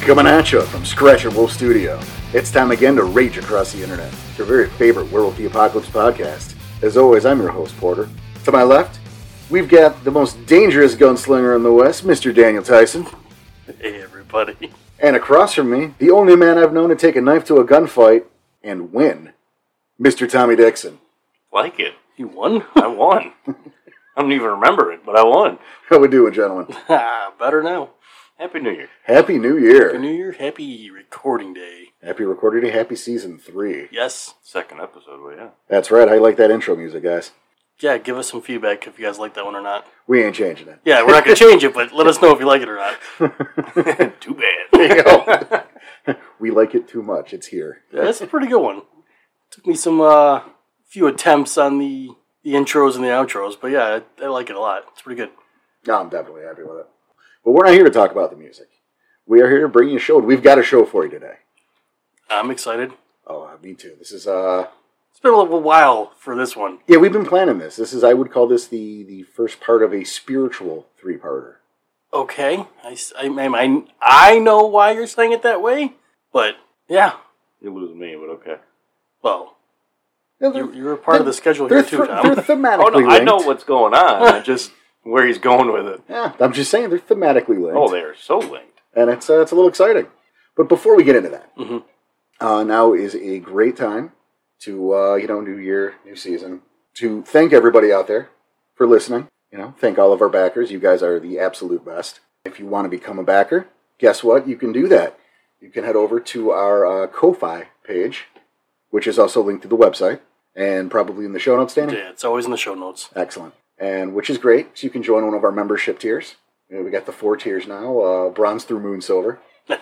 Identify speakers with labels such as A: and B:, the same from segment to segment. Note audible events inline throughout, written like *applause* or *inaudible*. A: Coming at you from Scratch at Wolf Studio. It's time again to rage across the internet, your very favorite Werewolf the Apocalypse podcast. As always, I'm your host, Porter. To my left, we've got the most dangerous gunslinger in the West, Mr. Daniel Tyson.
B: Hey, everybody.
A: And across from me, the only man I've known to take a knife to a gunfight and win, Mr. Tommy Dixon.
B: Like it. You won? I won. I don't even remember it, but I won.
A: How we doing, gentlemen?
B: *laughs* Ah, Better now. Happy New Year.
A: Happy New
B: Happy
A: Year.
B: New Year. Happy recording day.
A: Happy recording day, happy season three.
B: Yes. Second episode, well, yeah.
A: That's right, I like that intro music, guys.
B: Yeah, give us some feedback if you guys like that one or not.
A: We ain't changing it.
B: Yeah, we're not going to change it, but let us know if you like it or
A: *laughs*
B: not. *laughs* Too bad.
A: we like it too much. It's here.
B: Yeah, that's a pretty good one. Took me some uh, few attempts on the, the intros and the outros, but yeah, I, I like it a lot. It's pretty good.
A: No, I'm definitely happy with it. But we're not here to talk about the music. We are here to bring you a show. and We've got a show for you today.
B: I'm excited.
A: Oh, uh, me too. This is uh,
B: It's been a little while for this one.
A: yeah, we've been planning this. This is I would call this the the first part of a spiritual three parter.
B: okay, I, s- I, I- I- I know why you're saying it that way, but yeah,
C: You lose me, but okay.
B: well, you, you were part of the schedule
A: They're,
B: here too,
A: th- they're
B: *laughs* Tom.
A: thematically
C: Oh no, I
A: linked.
C: know what's going
A: *laughs*
C: on. I just where he's going with it.
A: Yeah, I'm just saying they're thematically linked.
C: Oh, they are so linked.
A: and it's uh, it's a little exciting. But before we get into that,
B: Mhm.
A: uh, now is a great time to uh, you know new year, new season to thank everybody out there for listening. You know, thank all of our backers. You guys are the absolute best. If you want to become a backer, guess what? You can do that. You can head over to our uh, Ko-fi page, which is also linked to the website and probably in the show notes, Danny.
B: Yeah, it's always in the show notes. *laughs*
A: Excellent. And which is great. So you can join one of our membership tiers. You know, we got the four tiers now: uh, bronze through moon silver.
C: Love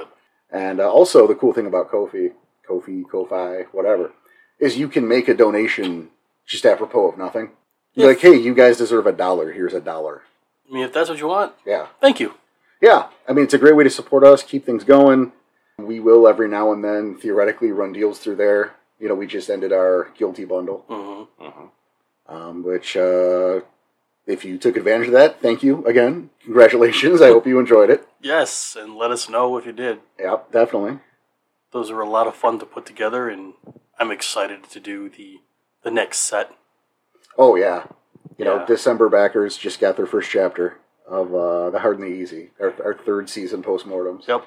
C: it.
A: And uh, also, the cool thing about Kofi, Kofi, Kofi, whatever, is you can make a donation just apropos of nothing. You're
B: Yes.
A: Like, hey, you guys deserve a dollar. Here's a dollar.
B: I mean, if that's what you want,
A: Yeah.
B: thank you.
A: Yeah. I mean, it's a great way to support us, keep things going. We will every now and then theoretically run deals through there. You know, we just ended our guilty bundle,
B: hmm
A: um, which, uh, if you took advantage of that, thank you again. Congratulations. I hope you enjoyed it.
B: Yes, and let us know if you did.
A: Yep, definitely.
B: Those were a lot of fun to put together, and I'm excited to do the the next set.
A: Oh yeah, you know
B: Yeah.
A: December backers just got their first chapter of uh, the Hard and the Easy, our, our third season postmortems.
B: Yep.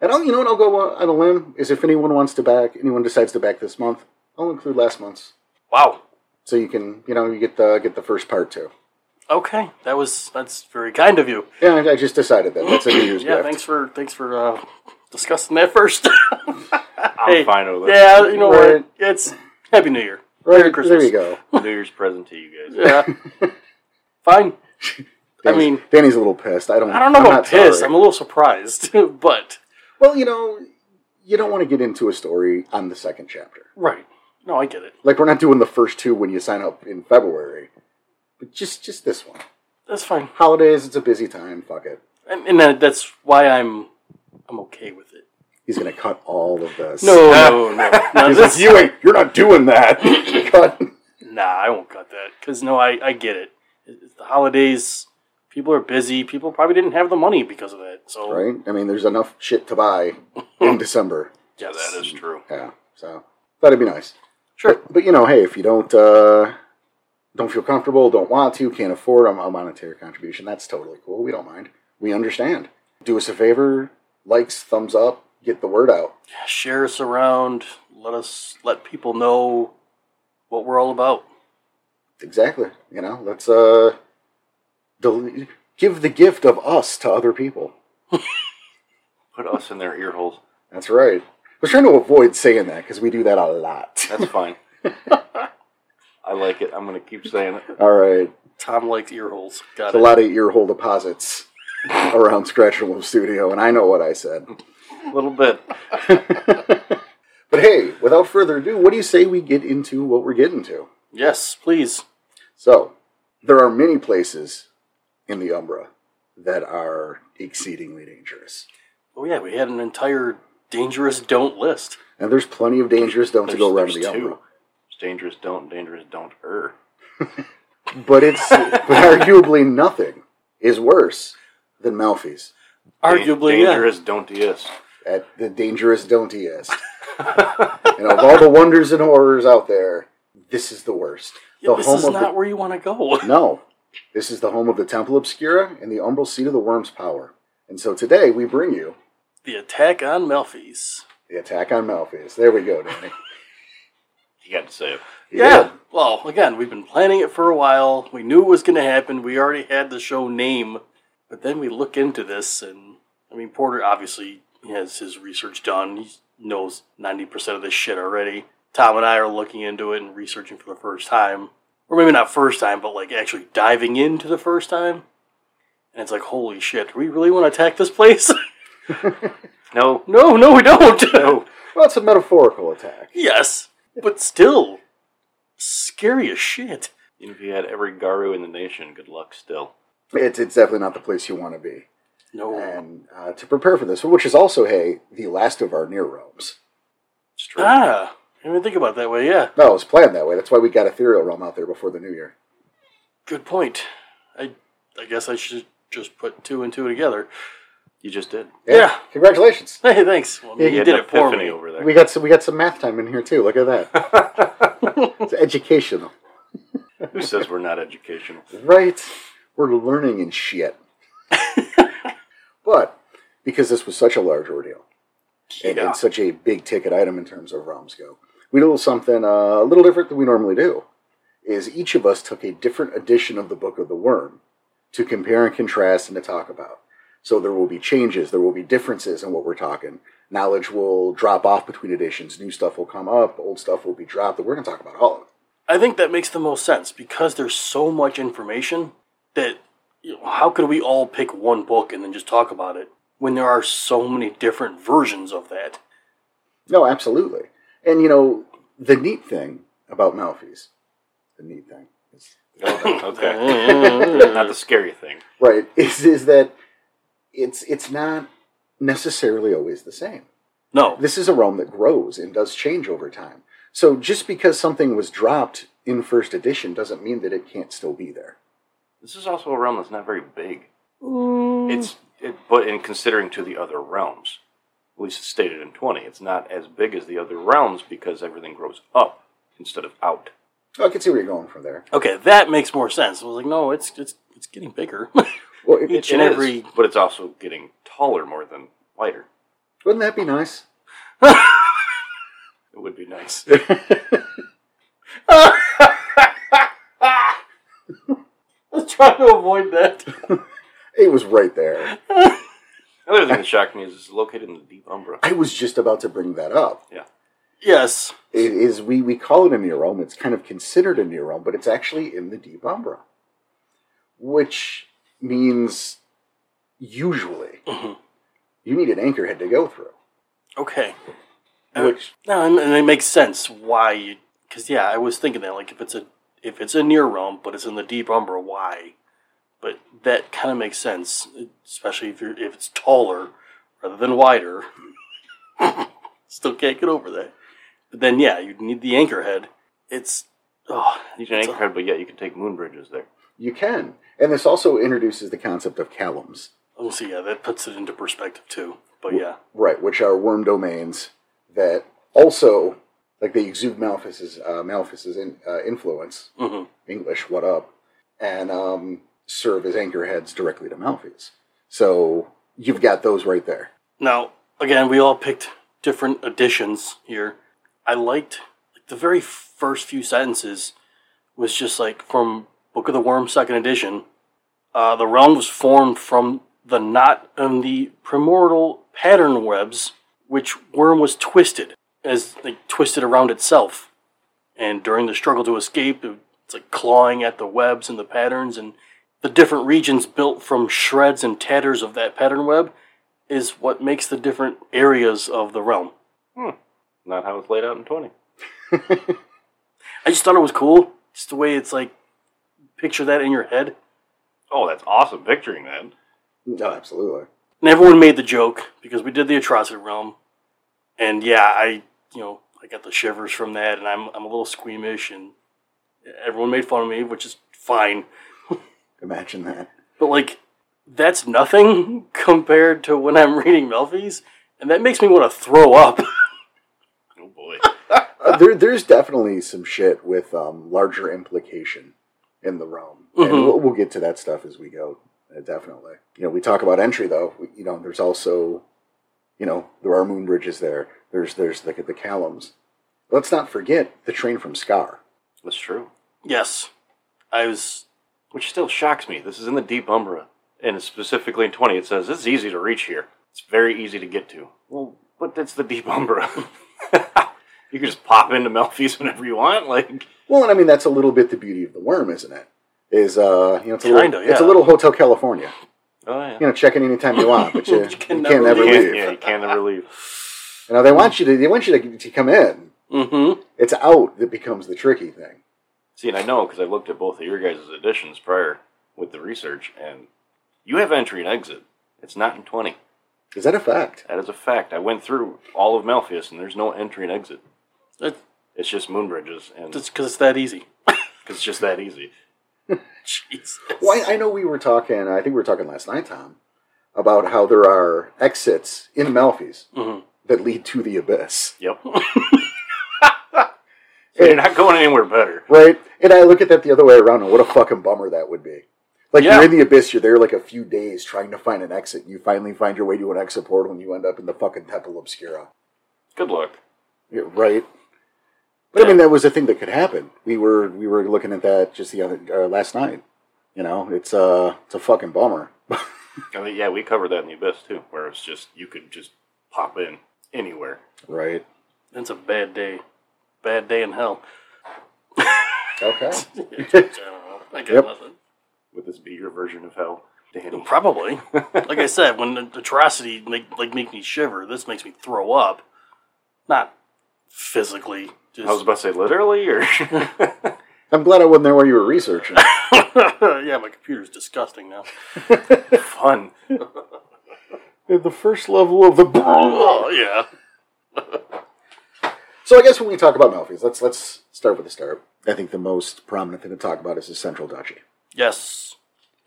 A: And I'll, you know what? I'll go uh, on a limb is if anyone wants to back, anyone decides to back this month, I'll include last month's,
B: Wow.
A: so you can you know you get the get the first part too.
B: Okay, that was that's very kind of you.
A: Yeah, I, I just decided that. That's a New Year's
B: *clears throat* Yeah,
A: gift.
B: thanks for thanks for uh, discussing that first. *laughs*
C: I'm
B: Hey,
C: fine with it.
B: Yeah, you know
A: Right.
B: what? It's Happy New Year.
A: Right,
B: Merry Christmas.
A: There you go.
C: New Year's present to you guys.
B: Yeah. *laughs* Fine. I
A: Danny's-
B: mean-
A: Danny's a little pissed. I don't.
B: I don't know
A: I'm
B: about
A: not
B: pissed.
A: sorry.
B: I'm a little surprised, *laughs* but
A: Well, you know, you don't want to get into a story on the second chapter.
B: right. No, I get it.
A: Like we're not doing the first two when you sign up in February, but just just this one.
B: That's fine,
A: holidays, it's a busy time. Fuck it.
B: and, and that, that's why I'm I'm okay with it.
A: He's gonna cut all of this.
B: No, *laughs* no, no. no
A: he's
B: this-
A: like, you ain't. You're not doing that. *laughs* cut.
B: nah, I won't cut that because no, I I get it. It's the holidays. People are busy. People probably didn't have the money because of that. So
A: Right. I mean, there's enough shit to buy
B: *laughs*
A: in December.
B: yes.
C: That is true.
A: Yeah. So that'd be nice.
B: sure.
A: But you know, hey, if you don't uh, don't feel comfortable, don't want to, can't afford a a monetary contribution, that's totally cool. We don't mind. We understand. Do us a favor. Likes, thumbs up. Get the word out.
B: Share us around. Let us let people know what we're all about.
A: Exactly. You know, let's uh, del- give the gift of us to other people.
C: Put us in their ear holes.
A: That's right. I was trying to avoid saying that because we do that a lot.
C: That's fine. I like it. I'm gonna keep saying
A: *laughs*
C: it.
A: All right.
B: Tom likes ear holes. Got
A: There's a
B: it.
A: lot of ear hole deposits *laughs* around Scratch and Wolf Studio, and I know what I said.
C: A little bit.
A: *laughs* But hey, without further ado, what do you say we get into what we're getting to?
B: Yes, please.
A: So, there are many places in the Umbra that are exceedingly dangerous.
B: Oh yeah, we had an entire dangerous don't list.
A: And there's plenty of dangerous don't to
C: There's,
A: go around
C: there's
A: the Umbra.
C: two. It's dangerous don't, dangerous don't er. err.
A: *laughs* But it's but arguably nothing is worse than Malfi's.
B: Arguably, yeah.
C: dangerous don't yes.
A: at the dangerous don'tiest. and of all the wonders and horrors out there, this is the worst.
B: Yeah,
A: the
B: this
A: home
B: is
A: of
B: not where you want to go. *laughs*
A: the, no, this is the home of the Temple Obscura and the umbral seat of the worm's power. And so today we bring you
B: the attack on Melfi's.
A: the attack on Malpheus. There we go, Danny.
C: You got to say it.
A: You
B: *laughs* Yeah.
A: did it.
B: Well, again, we've been planning it for a while. We knew it was going to happen. We already had the show name, but then we look into this, and I mean, Porter obviously has his research done. He knows ninety percent of this shit already. Tom and I are looking into it and researching for the first time, or maybe not first time, but like actually diving into the first time. And it's like, holy shit, do we really want to attack this place? *laughs*
C: No.
B: no, no, we don't.
C: No.
A: Well, it's a metaphorical attack.
B: *laughs* yes, but still, scary as shit.
C: Even if you had every Garu in the nation, good luck still.
A: It's, it's definitely not the place you want to be.
B: No.
A: And uh, to prepare for this, which is also, hey, the last of our near realms.
C: It's true.
B: Ah, I didn't think about it that way. Yeah,
A: No, it was planned that way. That's why we got Ethereal Realm out there before the new year.
B: good point. I I guess I should just put two and two together. *laughs*
C: You just did.
B: Yeah.
A: Congratulations.
B: Hey, thanks. Well,
A: Yeah,
B: you
A: you
C: had
B: did
C: an
B: it for
C: epiphany
B: me.
C: over there.
A: We got some, we got some math time in here too. Look at that. it's educational,
C: Who says we're not educational?
A: right? We're learning and shit. but because this was such a large ordeal and,
C: Yeah.
A: and such a big ticket item in terms of realms go, we did a little something uh, a little different than we normally do. Is each of us took a different edition of the Book of the Worm to compare and contrast and to talk about. So there will be changes, there will be differences in what we're talking. Knowledge will drop off between editions, new stuff will come up, old stuff will be dropped. We're going to talk about all of it.
B: I think that makes the most sense because there's so much information that you know, how could we all pick one book and then just talk about it when there are so many different versions of that?
A: No, absolutely. And you know, the neat thing about Malfies, the neat thing, is,
C: Oh, okay. not the scary thing.
A: right, *laughs* is is that it's it's not necessarily always the same.
B: No,
A: This is a realm that grows and does change over time. So just because something was dropped in first edition doesn't mean that it can't still be there.
C: This is also a realm that's not very big. It's it, but in considering to the other realms, at least it's stated in twenty, it's not as big as the other realms because everything grows up instead of out.
A: I can see where you're going from there.
B: okay, that makes more sense. I was like, no, it's it's it's getting bigger. *laughs*
A: Well, it-
B: Each
C: It
B: and
C: is,
B: every
C: but it's also getting taller more than wider.
A: wouldn't that be nice?
C: It would be nice.
B: I was trying to avoid that.
A: It was right there.
C: Another thing that shocked me is it's located in the deep Umbra.
A: I was just about to bring that up.
B: Yes.
A: It is we we call it a near realm. It's kind of considered a near realm, but it's actually in the deep umbra, which means usually you need an anchorhead to go through.
B: Okay.
A: Which
B: No, and and it makes sense why you. Because yeah, I was thinking that like if it's a if it's a near realm, but it's in the deep umbra, why? But that kind of makes sense, especially if you're if it's taller rather than wider. *laughs* Still can't get over that. But then yeah, you would need the anchor head. It's oh,
C: You can anchor head, but yet you can take moon bridges there.
A: you can, and this also introduces the concept of callums,
B: oh, so yeah, that puts it into perspective too. But yeah,
A: right? Which are worm domains that also like they exude Malphus's uh, Malphus's in, uh, influence.
B: Mhm.
A: English, what up, and um, serve as anchorheads directly to Malphus. So you've got those right there.
B: Now, again, we all picked different editions here. I liked like, the very first few sentences was just like from Book of the Worm, second edition. Uh, the realm was formed from the knot in the primordial pattern webs, which worm was twisted as like twisted around itself. And during the struggle to escape, it's like clawing at the webs and the patterns and the different regions built from shreds and tatters of that pattern web is what makes the different areas of the realm.
C: Not how it's laid out in twenty.
B: I just thought it was cool, just the way it's like picture that in your head.
C: Oh, that's awesome picturing that.
A: No, Oh, absolutely.
B: And everyone made the joke because we did the atrocity realm, and yeah, I you know I got the shivers from that, and I'm I'm a little squeamish, and everyone made fun of me, which is fine.
A: Imagine that.
B: But like that's nothing *laughs* compared to when I'm reading Melfi's, and that makes me want to throw up. *laughs*
C: Oh boy.
A: Uh, there, there's definitely some shit with um, larger implication in the realm, and
B: Mhm.
A: we'll, we'll get to that stuff as we go. uh, Definitely, you know, we talk about entry though. We, you know, there's also, you know, there are moon bridges there. There's there's the the Callums. Let's not forget the train from Scar.
C: That's true.
B: yes, I was.
C: Which still shocks me. This is in the deep Umbra. And it's specifically in 20, it says, this is easy to reach here. It's very easy to get to. Well, but that's the deep Umbra. *laughs* you can just pop into Melfi's whenever you want. Like,
A: Well, and I mean that's a little bit the beauty of the worm, isn't it? Is uh, you know, it's a
B: Kinda,
A: little, it's a
B: yeah.
A: little Hotel California.
C: oh, yeah.
A: You know, check in anytime you want,
B: *laughs*
A: but you, you can
B: can never
A: never,
C: You
A: leave.
C: can't, yeah, you can't ever leave.
A: You know, they want you to they want you to, to come in.
B: Mm-hmm.
A: It's out that becomes the tricky thing.
C: See, and I know because I looked at both of your guys' editions prior with the research, and you have entry and exit. It's not in 20.
A: Is that a fact?
C: That is a fact. I went through all of Malpheus, and there's no entry and exit.
B: That,
C: It's just moon bridges, and
B: that's because it's that easy. *laughs*
C: 'cause it's just that easy.
B: Jesus.
A: Well, I, I know we were talking. I think we were talking last night, Tom, about how there are exits in Malfi's
B: Mhm.
A: that lead to the abyss,
C: Yep. *laughs* so you're not going anywhere better.
A: right? And I look at that the other way around, and what a fucking bummer that would be. Like
B: Yeah.
A: you're in the abyss, you're there like a few days trying to find an exit. You finally find your way to an exit portal, and you end up in the fucking Temple Obscura,
C: Good luck.
A: Yeah, right? But I mean, that was a thing that could happen. We were we were looking at that just the other uh, last night. You know, it's uh, it's a fucking bummer. *laughs*
C: I mean, yeah, we covered that in the abyss too, where it's just you could just pop in anywhere.
A: Right.
B: That's a bad day. Bad day in
C: *laughs*
B: hell.
A: Okay.
B: I don't know. I got
A: Yep.
B: nothing.
C: Would this be your version of hell, Danny?
B: Probably. like I said, when the atrocity make like make me shiver, this makes me throw up. Not physically. Just
C: I was about to say literally, *laughs* or
A: I'm glad I wasn't there while you were *laughs* researching.
B: *laughs* yeah, my computer's disgusting now.
C: fun.
A: At the first level of the. *laughs*
B: Oh yeah.
A: So I guess when we talk about Malfies, let's let's start with the start. I think the most prominent thing to talk about is the Central Duchy.
B: Yes,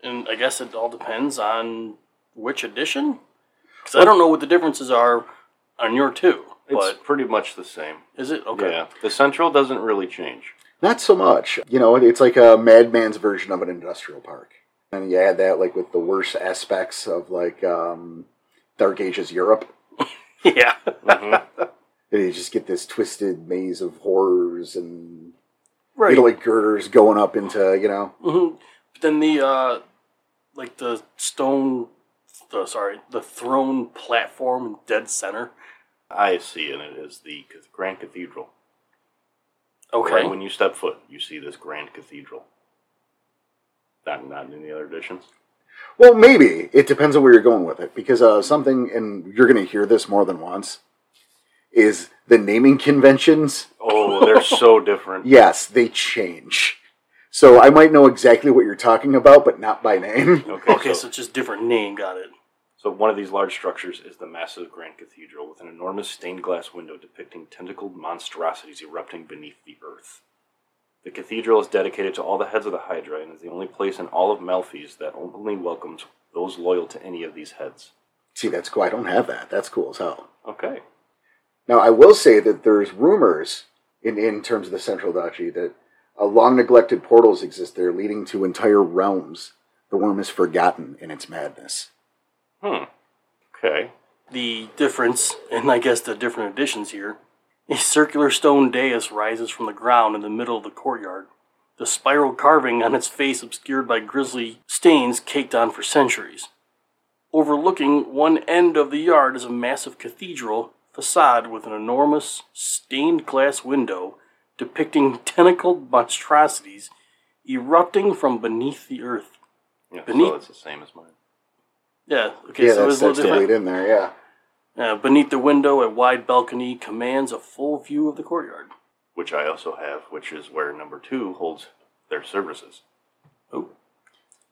B: and I guess it all depends on which edition, because I don't know what the differences are on your two.
C: It's
B: But
C: pretty much the same.
B: is it okay?
C: Yeah, the central doesn't really change.
A: Not so much, you know. It's like a madman's version of an industrial park, and you add that like with the worst aspects of like um, Dark Ages Europe.
B: *laughs* Yeah.
A: And you just get this twisted maze of horrors and
B: right.
A: you know, like girders going up into you know.
B: Mhm. But then the uh, like the stone, the, sorry, the throne platform in dead center.
C: I see, and it is the cath- Grand Cathedral.
B: Okay.
C: Right when you step foot, you see this Grand Cathedral. Not, not in the other editions. *laughs*
A: Well, maybe it depends on where you're going with it, because uh, something, and you're going to hear this more than once, is the naming conventions.
C: Oh, they're so *laughs* different.
A: Yes, they change. So I might know exactly what you're talking about, but not by name.
C: Okay,
B: *laughs* Okay, so,
C: so,
B: it's just different name. Got it.
C: so one of these large structures is the massive Grand Cathedral with an enormous stained glass window depicting tentacled monstrosities erupting beneath the earth. The cathedral is dedicated to all the heads of the Hydra and is the only place in all of Malphys that openly welcomes those loyal to any of these heads.
A: See, that's cool. I don't have that. That's cool as hell.
C: Okay.
A: Now, I will say that there's rumors in, in terms of the Central Duchy that uh, long neglected portals exist there, leading to entire realms. The worm is forgotten in its madness.
C: Hmm. Okay.
B: The difference, and I guess the different editions here, a circular stone dais rises from the ground in the middle of the courtyard. The spiral carving on its face obscured by grisly stains caked on for centuries. Overlooking one end of the yard is a massive cathedral facade with an enormous stained glass window depicting tentacled monstrosities erupting from beneath the earth.
C: Yeah,
B: Beneath-
C: so it's the same as mine.
B: Yeah, okay,
A: yeah,
B: so
A: that's,
B: it's a
A: that's
B: little different.
A: delayed in there, yeah.
B: Uh, beneath the window, a wide balcony commands a full view of the courtyard.
C: which I also have, which is where number two holds their services.
B: Oh,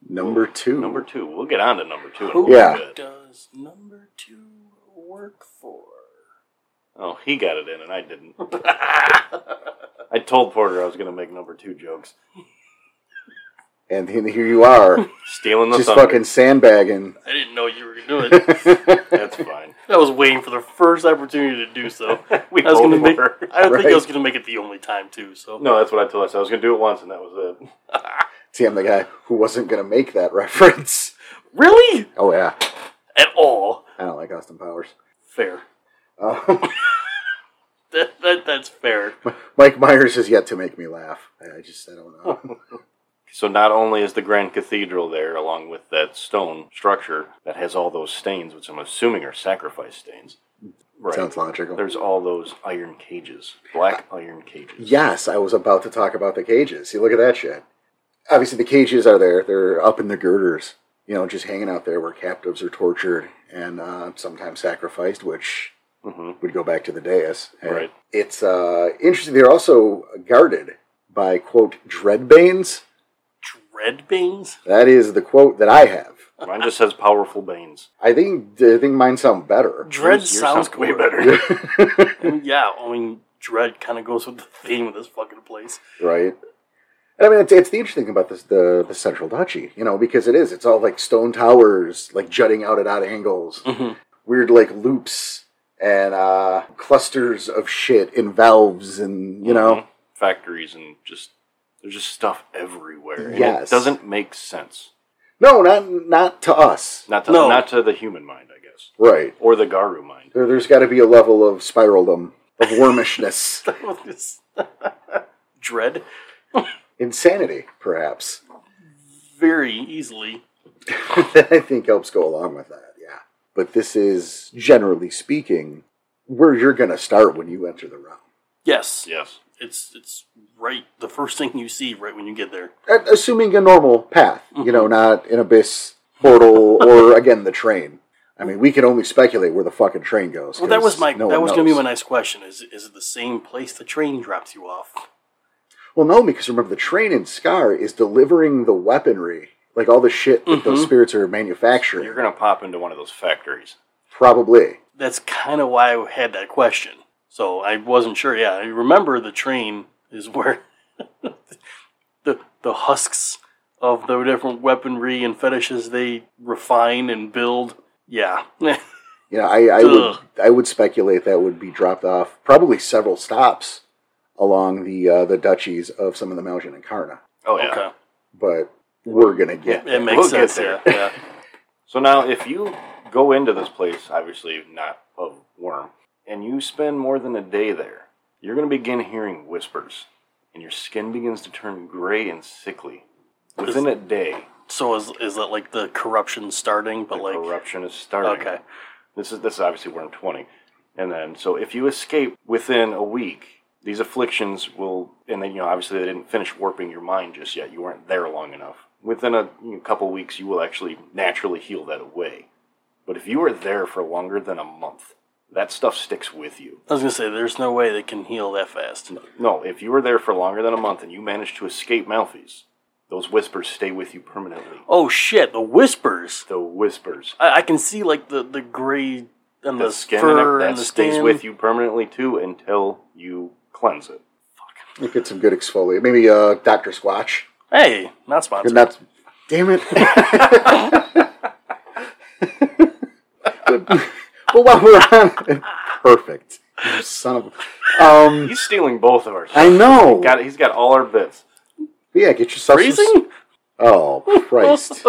A: Number two.
C: Number two, we'll get on to number two. In a
B: who
C: little
A: Yeah.
C: bit.
B: does number two work for?
C: Oh, he got it in, and
B: *laughs*
C: I didn't. I told Porter I was going to make number two jokes.
A: and then here you
C: *laughs*
A: are,
C: Stealing the
A: just
C: thunder.
A: fucking sandbagging. *laughs*
B: I didn't know you were gonna do it.
C: That's fine.
B: *laughs* I was waiting for the first opportunity to do so. *laughs*
C: We
B: I was
C: both
B: gonna make.
C: were.
B: I don't think I
A: Right.
B: was gonna make it the only time too. So
C: No, that's what I told us. I was going to do it once, and that was it.
A: See, I'm the guy who wasn't gonna make that *laughs* reference.
B: really,
A: Oh yeah,
B: at all
A: I don't like Austin Powers.
B: fair.
A: Uh, *laughs*
B: That, that that's fair.
A: Mike Myers has yet to make me laugh. I I just I don't know.
C: So not only is the Grand Cathedral there, along with that stone structure that has all those stains, which I'm assuming are sacrifice stains. *laughs* Right.
A: Sounds logical.
C: There's all those iron cages, black iron cages.
A: Yes, I was about to talk about the cages. See, look at that shit. Obviously, the cages are there. They're up in the girders, you know, just hanging out there where captives are tortured and uh, sometimes sacrificed, which
C: hmm
A: would go back to the dais. And
C: Right.
A: It's uh, interesting. They're also guarded by, quote, dreadbanes.
B: Dread beans.
A: That is the quote that I have.
C: Mine just says powerful banes.
A: I think I think mine sound better. *laughs*
B: Dread
C: Yours
B: sounds,
C: way
B: cooler. *laughs*
C: better.
B: I mean, yeah, I mean, dread kind of goes with the theme of this fucking place. *laughs*
A: right? And I mean, it's, it's the interesting thing about this the the central duchy, you know, because it is it's all like stone towers, like jutting out at odd angles,
B: Mhm.
A: weird like loops and uh, clusters of shit in valves, and you
C: Mm-hmm.
A: know,
C: Factories and just there's just stuff everywhere. and
A: Yes.
C: it doesn't make sense.
A: no, not not to us,
C: Not to
B: No.
C: not to the human mind, I guess,
A: right?
C: or the Garu mind.
A: There, there's got to be a level of spiraldom, of wormishness, *laughs*
B: *laughs* dread
A: insanity, perhaps. *laughs*
B: very easily.
A: that I think helps go along with that. Yeah, but this is generally speaking where you're going to start when you enter the realm.
B: Yes,
C: Yes.
B: it's it's right. The first thing you see right when you get there.
A: a- assuming a normal path, you
B: Mm-hmm.
A: know, not an abyss portal or *laughs* again the train. I mean, we can only speculate where the fucking train goes.
B: Well, that was
A: 'cause
B: my
A: no
B: that
A: one
B: was going to be
A: knows.
B: my next question. Is is it the same place the train drops you off?
A: Well, no, because remember the train in Scar is delivering the weaponry, like all the shit
B: Mm-hmm.
A: that those spirits are manufacturing.
C: You're gonna pop into one of those factories.
A: Probably
B: That's kind of why I had that question. So I wasn't sure. Yeah, I remember the train is where *laughs* the the husks of the different weaponry and fetishes they refine and build. Yeah, *laughs*
A: You know, I, I would
B: Ugh.
A: I would speculate that would be dropped off probably several stops along the uh, the duchies of some of the Maljan and Karna.
C: Oh yeah.
B: okay,
A: But we're gonna get
B: it makes
C: We'll get
B: sense.
C: there.
B: Yeah, yeah.
C: So now, if you go into this place, obviously not a worm, and you spend more than a day there, you're going to begin hearing whispers, and your skin begins to turn gray and sickly. Within a day,
B: So is is that like the corruption starting? But
C: the
B: like,
C: corruption is starting.
B: okay,
C: This is this is obviously worm twenty, and then so if you escape within a week, these afflictions will, and then you know obviously they didn't finish warping your mind just yet. You weren't there long enough. Within a you know, couple weeks, you will actually naturally heal that away. But if you were there for longer than a month, that stuff sticks with you.
B: I was gonna say there's no way they can heal that fast.
C: No, if you were there for longer than a month and you managed to escape Malphys, those whispers stay with you permanently.
B: Oh shit, the whispers.
C: The whispers.
B: I, I can see like the the gray and the,
C: The skin and
B: fur
C: it- that
B: and the
C: stays
B: skin.
C: with you permanently too until you cleanse it.
A: We'll get some good exfoliate. Maybe uh, Doctor Squatch.
B: Hey, not sponsored.
A: And that's damn it. *laughs* well, while we're on, perfect. You son of. a- Um,
C: He's stealing both of ours.
A: I know.
C: Got he's got all our bits.
A: yeah, get yourself some-
B: Freezing?
A: Oh
C: *laughs*
A: Christ!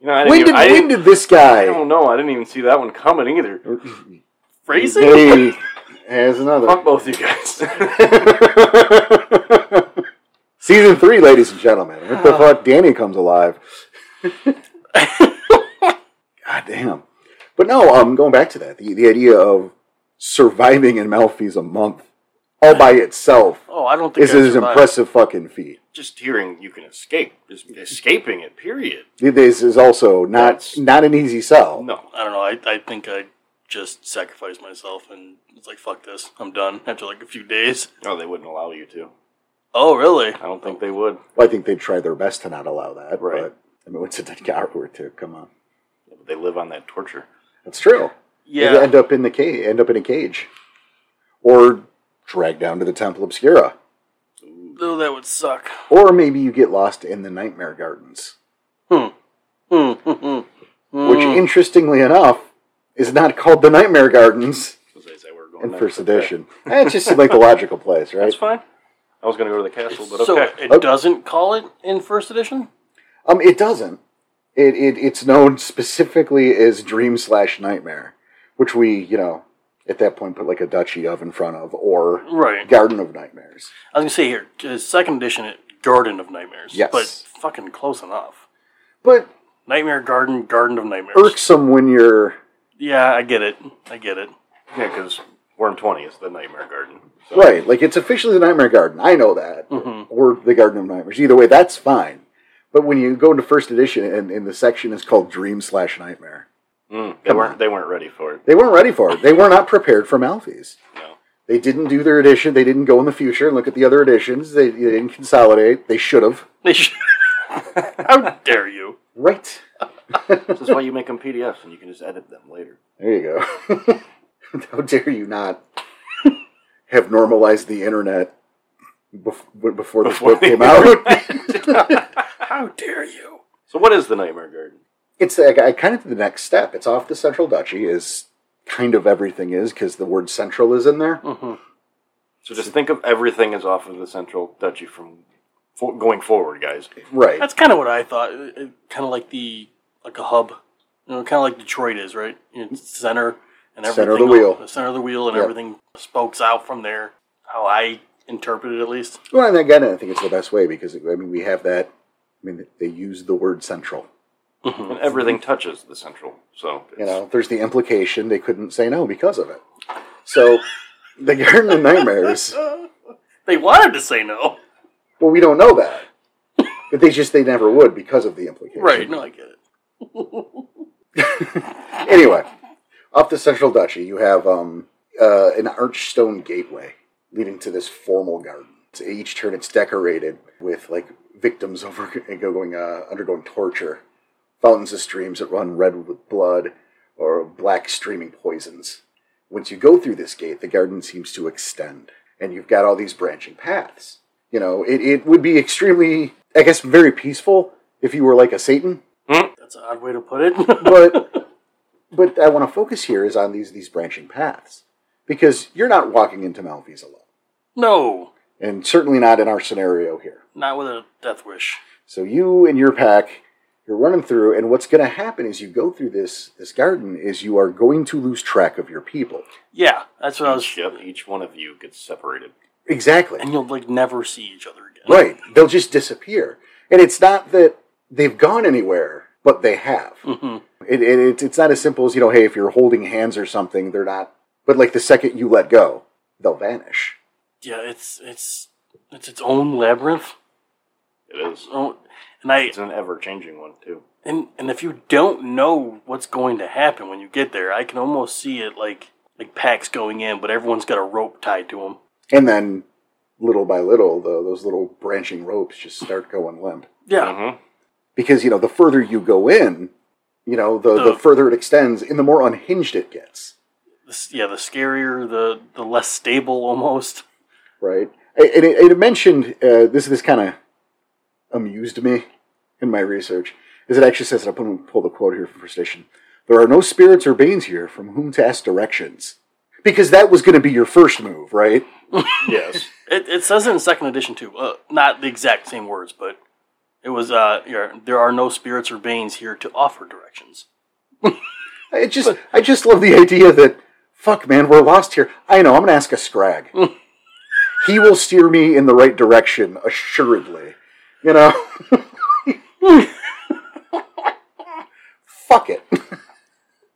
C: You know, I didn't.
A: when did
C: even, I,
A: when
C: didn't
A: did this
C: I
A: guy? mm,
C: don't know. I didn't even see that one coming either.
B: Phrasing?
A: Hey, there's another
C: Fuck both you guys. *laughs*
A: *laughs* season three, ladies and gentlemen. What the fuck? Danny comes alive. *laughs* God damn! But no, um, going back to that, the, the idea of surviving in Malfi's a month all by itself
B: *laughs* Oh, I don't think
A: This
B: I
A: is an
B: survived.
A: impressive fucking feat.
C: Just hearing you can escape, just escaping it. Period.
A: This is also not
C: That's-
A: not an easy sell.
C: No,
B: I don't know. I I think I just sacrificed myself and it's like fuck this. I'm done after like a few days.
C: no, they wouldn't allow you to.
B: Oh really?
C: I don't think they would.
A: Well, I think they tried their best to not allow that.
C: Right.
A: But, I mean, what's a dead guy were to come on?
C: They live on that torture.
A: That's true. They
B: Yeah.
A: end up in the cage. End up in a cage, or dragged down to the Temple Obscura.
B: Though that would suck.
A: Or maybe you get lost in the Nightmare Gardens,
B: Hmm. Hmm. hmm, hmm.
A: which, interestingly enough, is not called the Nightmare Gardens
C: Because they say we're going
A: in
C: there.
A: First Edition. Eh, it just seemed like the logical place, right?
C: That's fine. I was going to go to the castle, but
B: So
C: okay.
A: Oh.
B: it doesn't call it in first edition.
A: Um, it doesn't. It, it it's known specifically as dream slash nightmare, which we you know at that point put like a duchy of in front of or
B: Right.
A: garden of nightmares.
B: I was gonna say here, uh, second edition, it Garden of Nightmares.
A: Yes.
B: But fucking close enough.
A: But
B: Nightmare Garden, Garden of Nightmares.
A: irksome when you're
B: Yeah, I get it. I get it.
C: Yeah, because Worm 20 is the Nightmare Garden. So
A: right, like it's officially the nightmare garden. I know that,
C: Mm-hmm.
A: or the garden of nightmares. Either way, that's fine. But when you go into first edition and, and the section is called dream slash nightmare,
C: Mm, they, weren't, they weren't ready for it.
A: they weren't ready for it. They were not prepared for Maltese.
C: No.
A: They didn't do their edition. They didn't go in the future and look at the other editions. They, they didn't consolidate. They should have.
B: They should. *laughs* How dare you?
A: Right.
C: This is why you make them PDFs and you can just edit them later.
A: There you go. *laughs* How dare you not have normalized the internet bef- w- before this
C: Before
A: book came
C: the
A: out? *laughs*
B: How dare you?
C: So what is the Nightmare Garden?
A: it's like I kind of the next step. It's off the central duchy is kind of everything is because the word central is in there.
C: So just think of everything as off of the Central Duchy from for, going forward, guys.
A: Right.
B: That's kind of what I thought. Kind of like the like a hub, you know, kind of like Detroit is, right? You know, center and everything.
A: Center of the wheel.
B: The center of the wheel, and
A: Yep.
B: everything spokes out from there. How I interpret it, at least.
A: well, and again, I think it's the best way because I mean we have that. I mean they use the word central.
C: And everything touches the Central. So it's,
A: You know, there's the implication they couldn't say no because of it. So the Garden of Nightmares.
B: They wanted to say no.
A: Well, we don't know that. But they just they never would because of the implication.
B: No, I get it.
A: Anyway, up the central duchy, you have um, uh, an archstone gateway leading to this formal garden. It's- each turn, it's decorated with like victims *laughs* over going uh, undergoing torture, fountains of streams that run red with blood, or black streaming poisons. Once you go through this gate, the garden seems to extend, and you've got all these branching paths. You know, it, it would be extremely, I guess, very peaceful if you were like a Satan
B: That's an odd way to put it. *laughs*
A: but but I want to focus here is on these these branching paths because you're not walking into Malvies alone,
B: no,
A: and certainly not in our scenario here.
B: not with a death wish.
A: So you and your pack, you're running through, and what's going to happen as you go through this this garden is you are going to lose track of your people.
B: Yeah, that's what I was.
C: yep, each one of you gets separated.
A: Exactly.
B: And you'll like never see each other again.
A: Right. They'll just disappear. And it's not that they've gone anywhere, but they have. It, it, it's- it's not as simple as, you know, hey, if you're holding hands or something, they're not. But like the second you let go, they'll vanish.
B: Yeah, it's it's it's its own labyrinth.
C: It is.
B: Oh, and I
C: It's an ever-changing one, too.
B: and and if you don't know what's going to happen when you get there, I can almost see it like like packs going in, but everyone's got a rope tied to them.
A: And then little by little, tho- those little branching ropes just start going limp.
B: Yeah,
A: Because, you know, the further you go in, you know, the, the
B: The-
A: further it extends and the more unhinged it gets,
B: The s- yeah. The scarier, the the less stable, almost.
A: right? A- And it, it mentioned, uh, this, this kind of amused me in my research, is it actually says, and I'm going to pull the quote here from First Edition, there are no spirits or banes here from whom to ask directions. Because that was going to be your first move, right?
C: Yes.
B: It, it says it in second edition too. Uh, not the exact same words, but it was. Uh, yeah, there are no spirits or banes here to offer directions.
A: I just, I just love the idea that, fuck, man, we're lost here. I know. I'm gonna ask a scrag. he will steer me in the right direction, assuredly. You know. fuck it.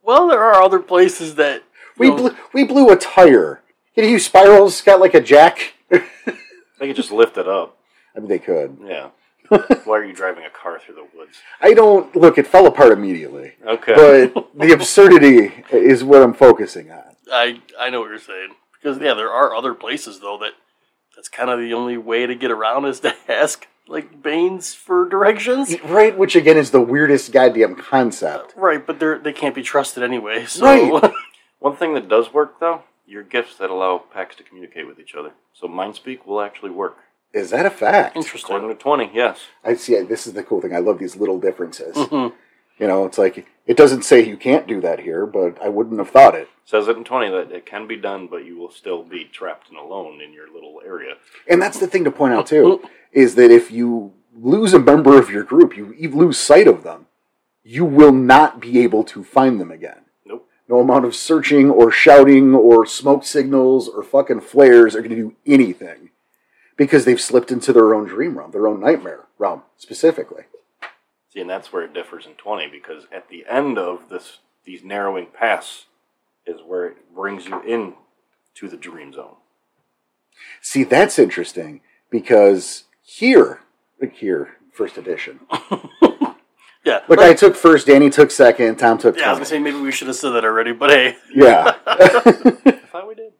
B: Well, there are other places that
A: We blew, we blew a tire. Can you spirals got like a jack?
C: *laughs* They could just lift it up.
A: I mean, they could.
C: Yeah. Why are you driving a car through the woods?
A: I don't look. It fell apart immediately.
C: Okay.
A: But the absurdity is what I'm focusing on.
B: I I know what you're saying because yeah, there are other places though that that's kind of the only way to get around is to *laughs* ask like Banes for directions.
A: Right, which again is the weirdest goddamn concept.
B: Right, but they're they can't be trusted anyway. So
A: Right.
C: One thing that does work, though, your gifts that allow packs to communicate with each other. So Mindspeak will actually work.
A: Is that a fact?
B: *laughs* Interesting.
C: According to 20, yes.
A: I see. This is the cool thing. I love these little differences. You know, it's like it doesn't say you can't do that here, but I wouldn't have thought it.
C: Says it in 20 that it can be done, but you will still be trapped and alone in your little area.
A: And that's the thing to point out too is that if you lose a member of your group, you, you lose sight of them. You will not be able to find them again.
C: Nope.
A: No amount of searching or shouting or smoke signals or fucking flares are going to do anything because they've slipped into their own dream realm, their own nightmare realm specifically.
C: See, and that's where it differs in 20 because at the end of this, these narrowing paths is where it brings you in to the dream zone.
A: See, that's interesting because here, here, first edition.
B: Yeah.
A: Look, I took first, Danny took second, Tom took
B: yeah, I was gonna
A: first.
B: say maybe we should have said that already, but hey, *laughs*
A: Yeah. *laughs*
C: I thought we did.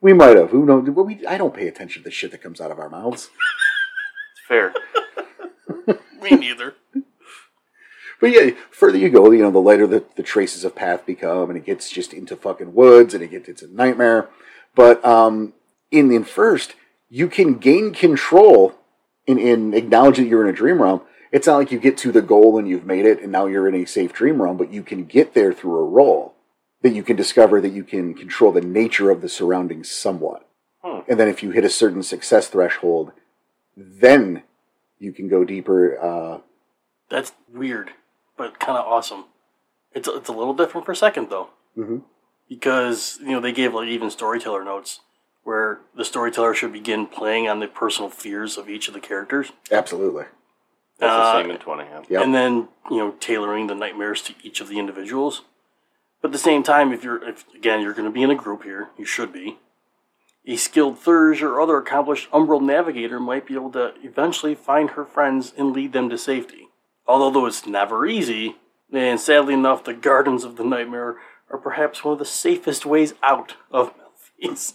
A: We might have. Who knows? Well, we, I don't pay attention to the shit that comes out of our mouths.
C: It's *laughs* fair.
B: me neither.
A: But yeah, further you go, you know, the lighter the, the traces of path become, and it gets just into fucking woods, and it gets it's a nightmare. But um, in in first, you can gain control in in acknowledging that you're in a dream realm. It's not like you get to the goal and you've made it, and now you're in a safe dream realm. But you can get there through a roll that you can discover that you can control the nature of the surroundings somewhat.
C: Hmm.
A: And then if you hit a certain success threshold, then you can go deeper. Uh,
B: That's weird, but kind of awesome. It's it's a little different for second though,
A: Mhm.
B: because you know they gave like even storyteller notes where the storyteller should begin playing on the personal fears of each of the characters,
A: Absolutely.
C: That's
B: Uh,
C: the same in 20. Yeah.
A: Yep.
B: and then you know tailoring the nightmares to each of the individuals. But at the same time, if you're if again you're going to be in a group here, you should be. A skilled Thurge or other accomplished Umbral navigator might be able to eventually find her friends and lead them to safety. Although it's never easy, and sadly enough, the gardens of the nightmare are perhaps one of the safest ways out of Malphite.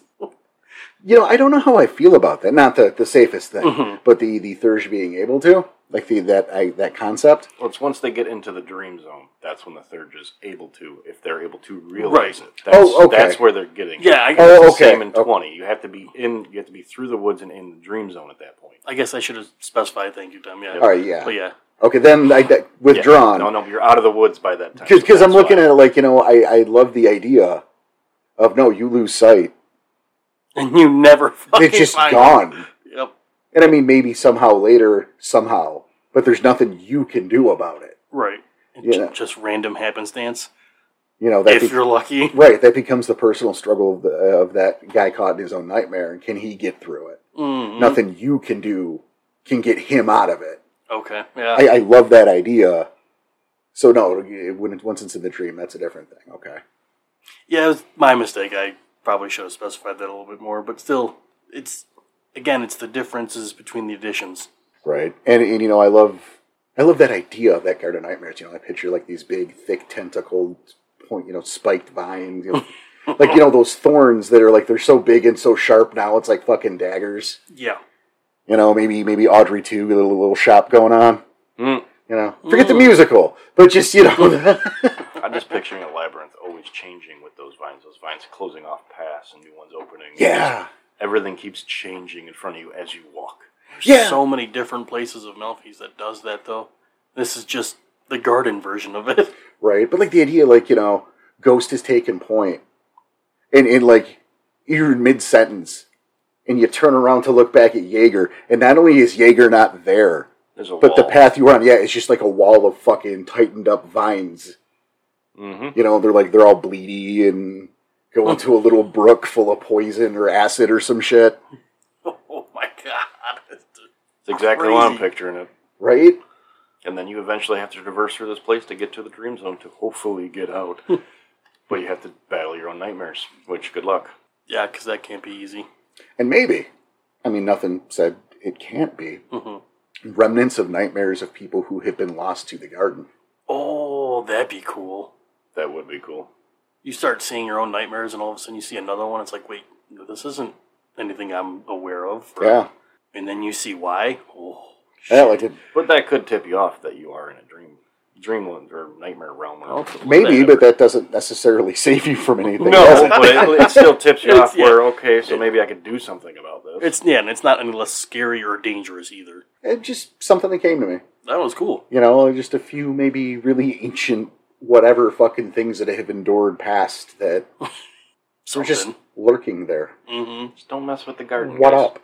A: You know, I don't know how I feel about that. Not the, the safest thing,
C: Mm-hmm.
A: but the the Thurge being able to like the that I that concept.
C: Well, it's once they get into the dream zone, that's when the third is able to, if they're able to
B: Right.
C: realize it. That's,
A: Oh, okay.
C: That's where they're getting. it.
B: yeah, I,
A: Oh,
C: It's the
A: okay.
C: Same in
A: Okay.
C: 20. You have to be in, you have to be through the woods and in the dream zone at that point.
B: *laughs* I guess I should have specified. Thank you, Tom. Yeah.
A: All right, yeah.
B: But yeah, *laughs*
A: Okay, then I that,
C: Yeah.
A: withdrawn.
C: No, no, you're out of the woods by that time.
A: Because
C: So
A: I'm
C: that's
A: looking
C: why.
A: at it like you know, I I love the idea of no, you lose
C: *laughs*
A: sight.
B: and you never fucking
A: It's just
B: find
A: gone.
B: Them. Yep.
A: And I mean, maybe somehow later, somehow, but there's nothing you can do about it.
B: Right. And
A: Yeah.
B: ju- just random happenstance.
A: You know that
B: If you're
A: *laughs*
B: lucky.
A: right that becomes the personal struggle of, the, of that guy caught in his own nightmare, and can he get through it?
C: Mm-hmm.
B: Mm,
A: Nothing you can do can get him out of it.
B: okay. Yeah.
A: I, I love that idea. So no, it- when it, once it's in the dream, that's a different thing. Okay,
B: yeah, it was my mistake. I probably should have specified that a little bit more, but still, it's again, it's the differences between the editions.
A: right? And, and you know, I love I love that idea of that garden of nightmares. You know, I picture like these big, thick, tentacled, point, you know, spiked vines,
C: *laughs*
A: you know, like you know those thorns that are like they're so big and so sharp now. It's like fucking daggers.
B: Yeah.
A: You know, maybe maybe Audrey too, a little, little shop going on.
C: Mm.
A: You know, forget the musical, but just you know, *laughs*
C: I'm just picturing a labyrinth always changing with those vines. Those vines closing off paths and new ones opening.
A: yeah,
C: Everything keeps changing in front of you as you walk.
B: There's
A: Yeah.
B: so many different places of Melfi's that does that, though. This is just the garden version of it. *laughs*
A: right? But like the idea, like you know, Ghost has taken point, and and like you're in mid sentence, and you turn around to look back at Jaeger, and not only is Jaeger not there,
C: There's a
A: but
C: wall.
A: the path you were on, yeah, it's just like a wall of fucking tightened up vines.
C: hmm
A: You know, they're like they're all bleedy and go into a little brook full of poison or acid or some shit,
B: oh my god. *laughs*
C: It's exactly what I'm
B: Crazy.
C: picturing it.
A: right?
C: And then you eventually have to traverse through this place to get to the dream zone to hopefully get out.
A: Hmm.
C: but you have to battle your own nightmares, which good luck.
B: Yeah, because that can't be easy.
A: And maybe, I mean, nothing said it can't be.
B: Mhm.
A: Remnants of nightmares of people who have been lost to the garden.
B: Oh, that'd be cool.
C: That would be cool.
B: you start seeing your own nightmares and all of a sudden you see another one it's like wait this isn't anything i'm aware of
A: Yeah,
B: and then you see why oh
A: yeah, like it,
C: But that could tip you off that you are in a dream Dreamland or Nightmare Realm.
A: Oh.
C: Or
A: Maybe, but that doesn't necessarily *laughs* save you from anything. does
C: no,
A: it?
C: but it, it still tips you
B: It's-
C: off where okay, so maybe I could do something about this.
B: It's yeah, and it's not any less scary or dangerous either.
A: It's just something that came to me.
B: That was cool.
A: You know, just a few maybe really ancient whatever fucking things that have endured past that are
B: Something. *laughs*
A: just lurking there.
B: mm-hmm.
C: Just don't mess with the garden.
A: What
C: guys.
A: up?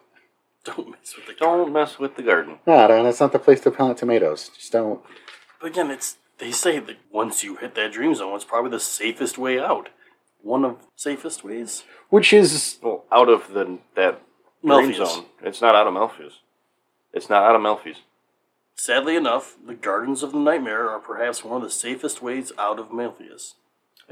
B: Don't mess with the
C: Don't mess with the garden.
A: Nah, nah, that's not the place to plant tomatoes. Just don't.
B: But again, it's they say that once you hit that dream zone, it's probably the safest way out. One of safest ways.
A: Which is
C: Well, out of the that dream
B: Malpheus.
C: zone. It's not out of Melfius. It's not out of Melfius.
B: Sadly enough, the gardens of the nightmare are perhaps one of the safest ways out of Malpheus.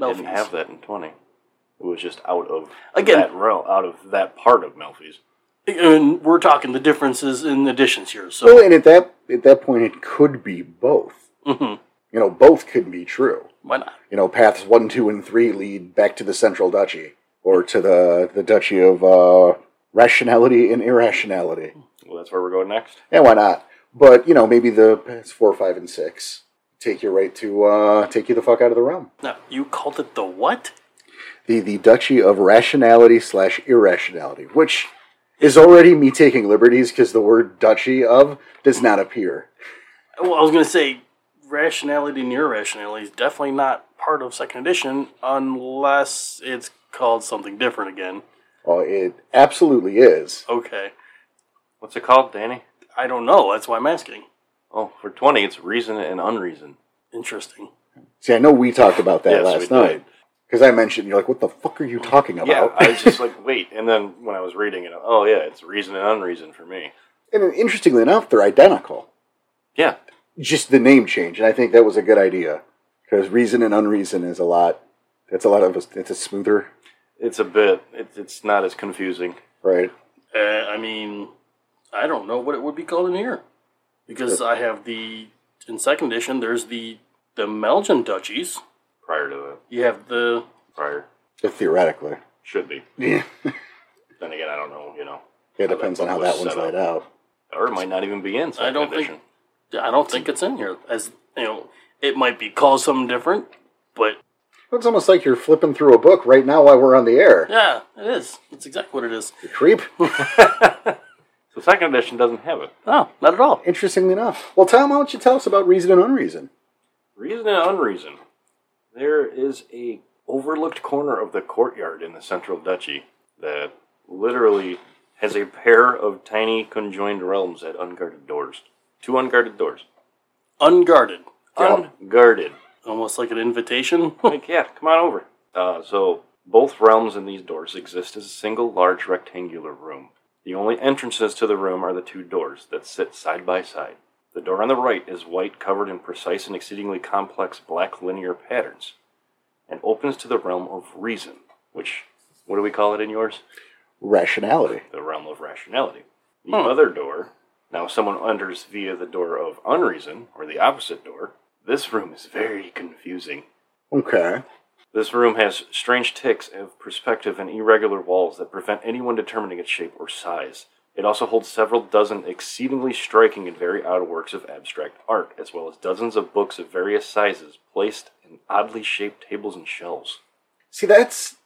C: I didn't
B: Malpheus.
C: have that in twenty. It was just out of
B: Again-
C: that realm, out of that part of Melfi's.
B: And we're talking the differences in additions here. So
A: well, and at that at that point, it could be both.
B: Mhm.
A: You know, both could be true.
B: why not?
A: You know, paths one, two, and three lead back to the central duchy or to the the duchy of uh, rationality and irrationality.
C: Well, that's where we're going next.
A: Yeah, why not? But you know, maybe the paths four, five, and six take you right to uh, take you the fuck out of the realm.
B: Now you called it the what?
A: The the duchy of rationality slash irrationality, which is already me taking liberties because the word duchy of does not appear.
B: Well, I was going to say rationality and irrationality is definitely not part of second edition unless it's called something different again.
A: Well, Uh, it absolutely is.
B: Okay.
C: What's it called, Danny?
B: I don't know. That's why I'm asking.
C: Oh, for twenty, it's reason and unreason.
B: Interesting.
A: See, I know we talked about that
C: Yes, we
A: last
C: did.
A: night because I mentioned you're like, "What the fuck are you talking
C: Yeah,
A: about?"
C: I was just like, wait, and then when I was reading it, oh yeah, it's reason and unreason for me.
A: and interestingly enough, they're identical.
C: Yeah,
A: Just the name change, and I think that was a good idea because reason and unreason is a lot. It's a lot of it's a smoother,
C: it's a bit. It's it's not as confusing.
A: right?
B: Uh, I mean, I don't know what it would be called in here because I have the in second edition. There's the the Melgian duchies.
C: Prior to that,
B: You have the
C: prior
A: Theoretically,
C: should be.
A: yeah.
C: *laughs* Then again, I don't know. You know,
A: It depends on how that one's laid out.
C: or it might not even be in. Second
B: I don't think-
C: edition.
B: I don't think it's in here as you know. It might be called something different, but
A: It's almost like you're flipping through a book right now while we're on the
C: *laughs*
A: air.
B: yeah, it is. That's exactly what it is.
A: You creep.
C: The second edition doesn't have it.
B: No, Oh, not at all.
A: Interestingly enough, well, Tom, why don't you tell us about reason and unreason?
C: Reason and unreason. There is a overlooked corner of the courtyard in the central duchy that literally has a pair of tiny conjoined realms at unguarded doors. Two unguarded doors.
B: Unguarded,
A: Yeah.
C: Unguarded.
B: almost like an invitation. *laughs*
C: Like, yeah, come on over. Uh, so, both realms and these doors exist as a single large rectangular room. The only entrances to the room are the two doors that sit side by side. The door on the right is white, covered in precise and exceedingly complex black linear patterns, and opens to the realm of reason, which, what do we call it in yours?
A: Rationality.
C: The realm of rationality. The other door, now if someone enters via the door of unreason, or the opposite door, this room is very confusing.
A: Okay.
C: This room has strange ticks of perspective and irregular walls that prevent anyone determining its shape or size. It also holds several dozen exceedingly striking and very odd works of abstract art, as well as dozens of books of various sizes placed in oddly shaped tables and shelves.
A: See, that's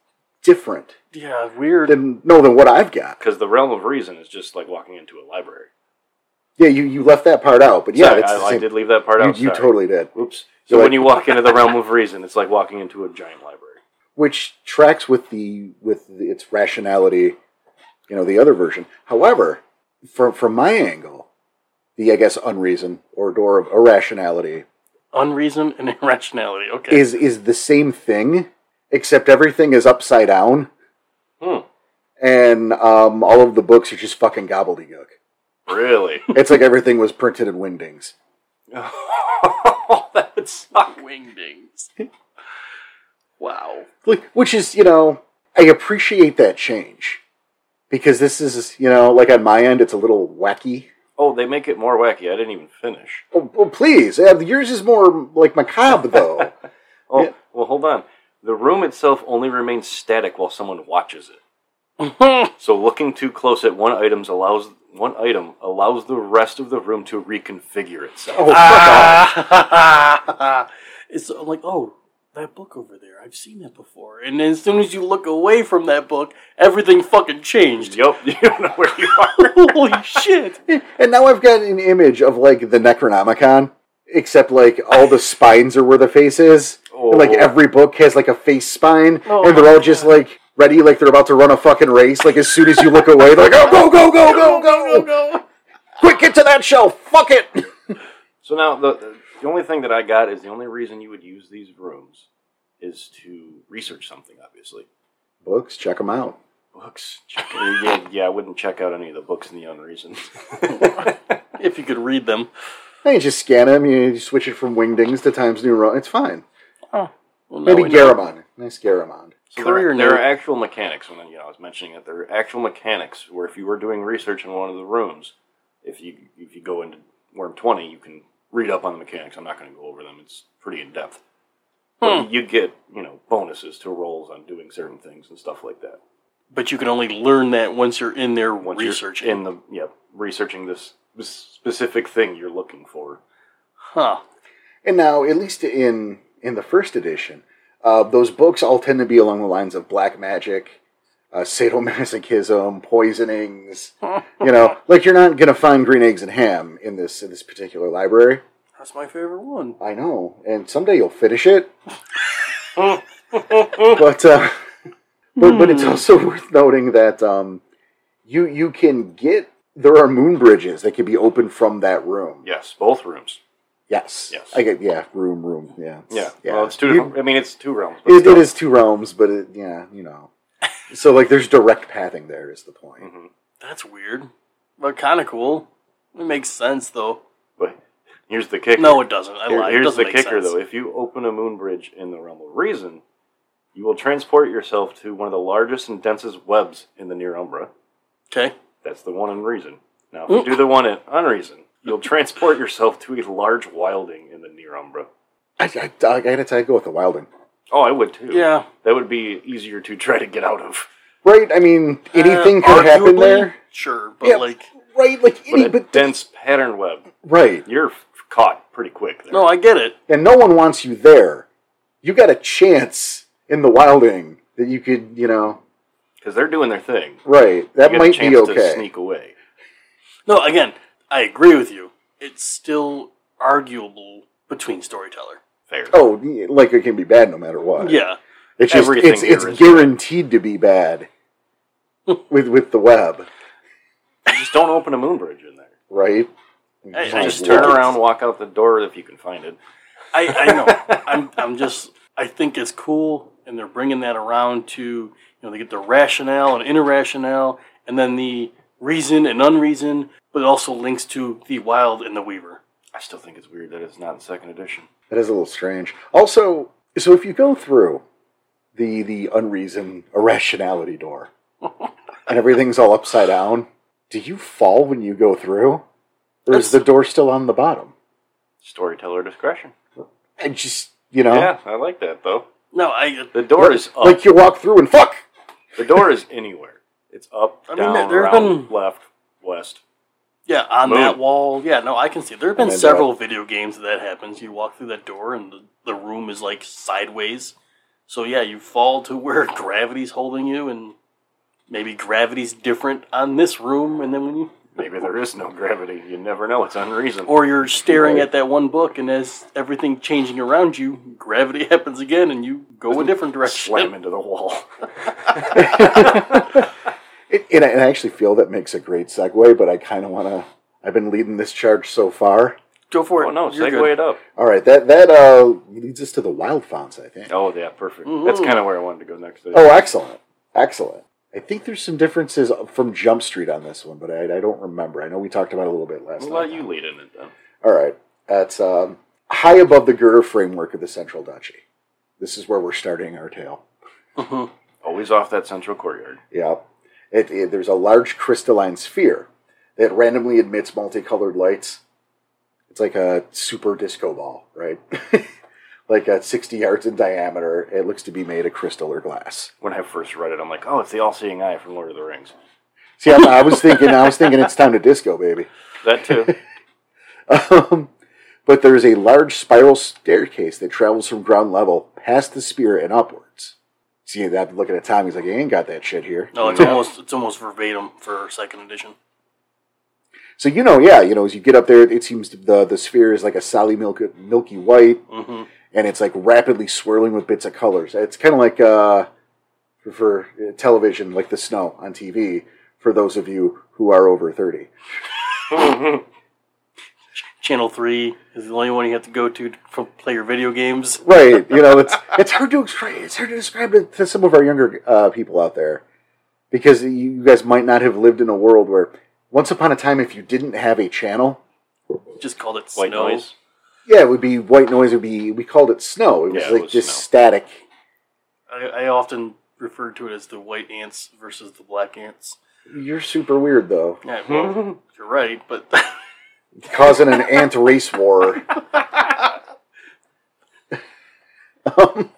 A: different
B: yeah, weird.
A: than no than what I've got.
C: Because the realm of reason is just like walking into a library.
A: Yeah, you, you left that part out, but yeah,
C: Sorry,
A: it's the
C: I, I
A: same.
C: did leave that part
A: you,
C: out.
A: you
C: sorry.
A: totally did.
C: Oops. So
A: You're
C: when
A: like-
C: you
A: *laughs*
C: walk into the realm of reason, it's like walking into a giant library. *laughs*
A: Which tracks with the with the- its rationality, you know, the other version. However, from from my angle, the I guess unreason or door of irrationality
B: Unreason and *laughs* irrationality. Okay.
A: is is the same thing, except everything is upside down,
C: Hmm.
A: and um, all of the books are just fucking gobbledygook.
C: Really? *laughs*
A: It's like everything was printed in windings.
C: that would suck.
B: *laughs* Wingdings. wow.
A: Like, which is you know i appreciate that change because this is you know like on my end it's a little wacky
C: Oh, they make it more wacky. I didn't even finish.
A: oh, oh, please uh, yours is more like macabre
B: *laughs*
A: though
C: Oh,
A: Yeah.
C: well, hold on. The room itself only remains
A: *laughs*
C: static while someone watches it. so looking too close at one item allows One item allows the rest of the room to reconfigure itself.
A: Oh,
B: Ah! it's I'm like, oh, that book over there. I've seen that before. And as soon as you look away from that book, everything fucking changed. *laughs*
C: Yup, *laughs* you don't know where you are.
B: Holy shit!
A: And now I've got an image of like the Necronomicon, except like all the spines are where the face is.
C: Oh.
A: And, like every book has like a face spine,
B: Oh
A: and they're all
B: my
A: just like ready, like they're about to run a fucking race. Like as soon as you look away, they're like, oh, go, go, go, go, go, go,
B: *laughs* no.
A: quick, get to that shelf, fuck it. *laughs*
C: So now the the only thing that I got is the only reason you would use these rooms is to research something. Obviously,
A: Books, check them out.
C: books. Check yeah, yeah, I wouldn't check out any of the books in the
A: *laughs*
C: unreason. *laughs*
B: If you could read them.
A: Hey, you just scan them. You you switch it from Wingdings to Times New Roman. It's fine.
B: Well, now
A: Maybe
B: we know.
A: Garamond. Nice Garamond.
C: So
B: Career
C: there, there
B: note.
C: are actual mechanics, and then you know, I was mentioning that there are actual mechanics where if you were doing research in one of the rooms, if you if you go into Worm Twenty, you can read up on the mechanics. I'm not going to go over them; it's pretty in depth. But you get you know bonuses to rolls on doing certain things and stuff like that.
B: But you can only learn that once you're in there
C: Once you're
B: researching.
C: in the yeah researching this this specific thing you're looking for.
B: huh.
A: And now, at least in in the first edition, uh, those books all tend to be along the lines of black magic, uh, sadomasochism, poisonings. you know,
C: *laughs*
A: like you're not gonna find green eggs and ham in this in this particular library.
B: That's my favorite one.
A: I know, and someday you'll finish
C: *laughs*
A: it. but, uh, but but
C: Hmm.
A: it's also worth noting that um, you you can get there are moon bridges that can be opened from that room.
C: Yes, both rooms.
A: Yes.
C: Yes.
A: I get yeah, room, room. Yeah.
C: Yeah, well, it's two.
A: You-
C: Different, I mean, it's two realms. But
A: it,
C: still.
A: it is two realms, but it, yeah, you know. So like, there's direct pathing. There is the point.
C: Mm-hmm.
B: That's weird, but kind of cool. It makes sense though.
C: But here's the kicker.
B: No, it doesn't. I
C: Here-
B: lied. it
C: here's
B: doesn't
C: the
B: make
C: kicker,
B: sense.
C: though. If you open a moon bridge in the realm of reason, you will transport yourself to one of the largest and densest webs in the near Umbra.
B: Okay.
C: That's the one in reason. Now, if you do the one in unreason, you'll transport yourself to a large wilding in the near Umbra.
A: I, I, I gotta tell you, go with the wilding,
C: Oh, I would too.
B: Yeah.
C: that would be easier to try to get out of.
A: right? I mean, anything
B: Uh,
A: could happen
B: arguably,
A: there,
B: Sure, but
A: Yeah.
B: like,
A: right? Like
C: But
A: any,
C: a
A: but
C: dense pattern web,
A: right,
C: you're f- caught pretty quick. There.
B: no, I get it.
A: and no one wants you there. You got a chance in the wilding that you could, you know,
C: because they're doing their thing.
A: right? That
C: you get a
A: might
C: chance
A: be okay.
C: to sneak away.
B: No, again, I agree with you. It's still arguable between storyteller.
C: Fair.
A: Oh, yeah, like it can be bad no matter what.
B: Yeah.
A: it's just
C: everything
A: it's
C: here
A: it's
C: is-
A: guaranteed to be
C: *laughs*
A: bad with with the web,
C: You just don't open a moon bridge in there.
A: right?
B: I- I
C: Just turn
B: Yeah.
C: around, walk out the door if you can find it.
B: I, I
C: *laughs*
B: know. I'm, I'm just, I think it's cool, and they're bringing that around to, you know, they get the rationale and irrationale, and then the reason and unreason, but it also links to the wild and the weaver.
C: I still think it's weird that it's not in second edition.
A: That is a little strange. Also, so if you go through the the unreason irrationality door and everything's all upside down, do you fall when you go through? Or is the door still on the bottom?
C: Storyteller discretion.
A: I just you know
C: Yeah, Oh. I like that though.
B: No, I,
C: The door is up.
A: like you walk through and fuck
C: the door is anywhere. It's up,
B: I mean,
C: down,
B: there- there have
C: round,
B: been-
C: left, west.
B: Yeah, on
C: Moon.
B: that wall. Yeah, no, I can see. There have
A: And
B: been
A: then
B: several video games that, that happens. You walk through that door and the, the room is like sideways. So yeah, you fall to where *laughs* gravity's holding you, and maybe gravity's different on this room. And then when you
C: Maybe there is no gravity. You never know. It's unreasonable.
B: or you're staring
A: Right.
B: at that one book, and as everything changing around you, gravity *laughs* happens again, and you go a different direction.
C: Slam into the wall.
A: It- and, I, and I actually feel that makes a great segue, but I kind of want to. I've been leading this charge so far.
B: Go for it.
C: Oh *laughs* no,
B: You're
C: segue
B: good.
C: it up.
A: All right, that that uh, leads us to the wild fonts, I think.
C: Oh yeah, perfect. That's kind of where I wanted to go next.
A: Oh, excellent. Excellent. I think there's some differences from Jump Street on this one, but I, I don't remember. I know we talked about it a little bit last
C: I'll
A: night.
C: let you lead in it then.
A: All right. That's um, high above the girder framework of the Central Duchy. This is where we're starting our tale.
C: Always off that central courtyard.
A: Yep. It, it, there's a large crystalline sphere that randomly emits multicolored lights. It's like a super disco ball, right? *laughs* like at 60 yards in diameter, it looks to be made of crystal or glass.
C: When I first read it, I'm like, oh, it's the all-seeing eye from Lord of the Rings.
A: See, I'm, I was thinking, I was thinking it's time to disco, baby.
C: That too.
A: Um, but there is a large spiral staircase that travels from ground level past the spear and upwards. See, that looking at Tom, he's like, "I ain't got that shit here."
B: No, it's almost it's almost verbatim for second edition.
A: So you know, yeah, you know, as you get up there, it seems the the sphere is like a solid milky milky white,
B: hmm
A: and it's like rapidly swirling with bits of colors. It's kind of like uh, for, for uh, television, like the snow on TV. For those of you who are over thirty,
B: Channel three is the only one you have to go to to f- play your video games.
A: right? You know, it's it's hard to explain. It's hard to describe it to some of our younger uh, people out there because you guys might not have lived in a world where once upon a time, if you didn't have a channel,
B: Just called it
C: White
B: snow.
C: noise.
A: yeah, it would be white noise. It would be we called it snow. It was
C: Yeah, it
A: like
C: was
A: this
C: snow.
A: static.
B: I, I often refer to it as the white ants versus the black ants.
A: You're super weird though.
C: *laughs*
B: Yeah, well, you're right, but *laughs*
A: causing an ant race war. um,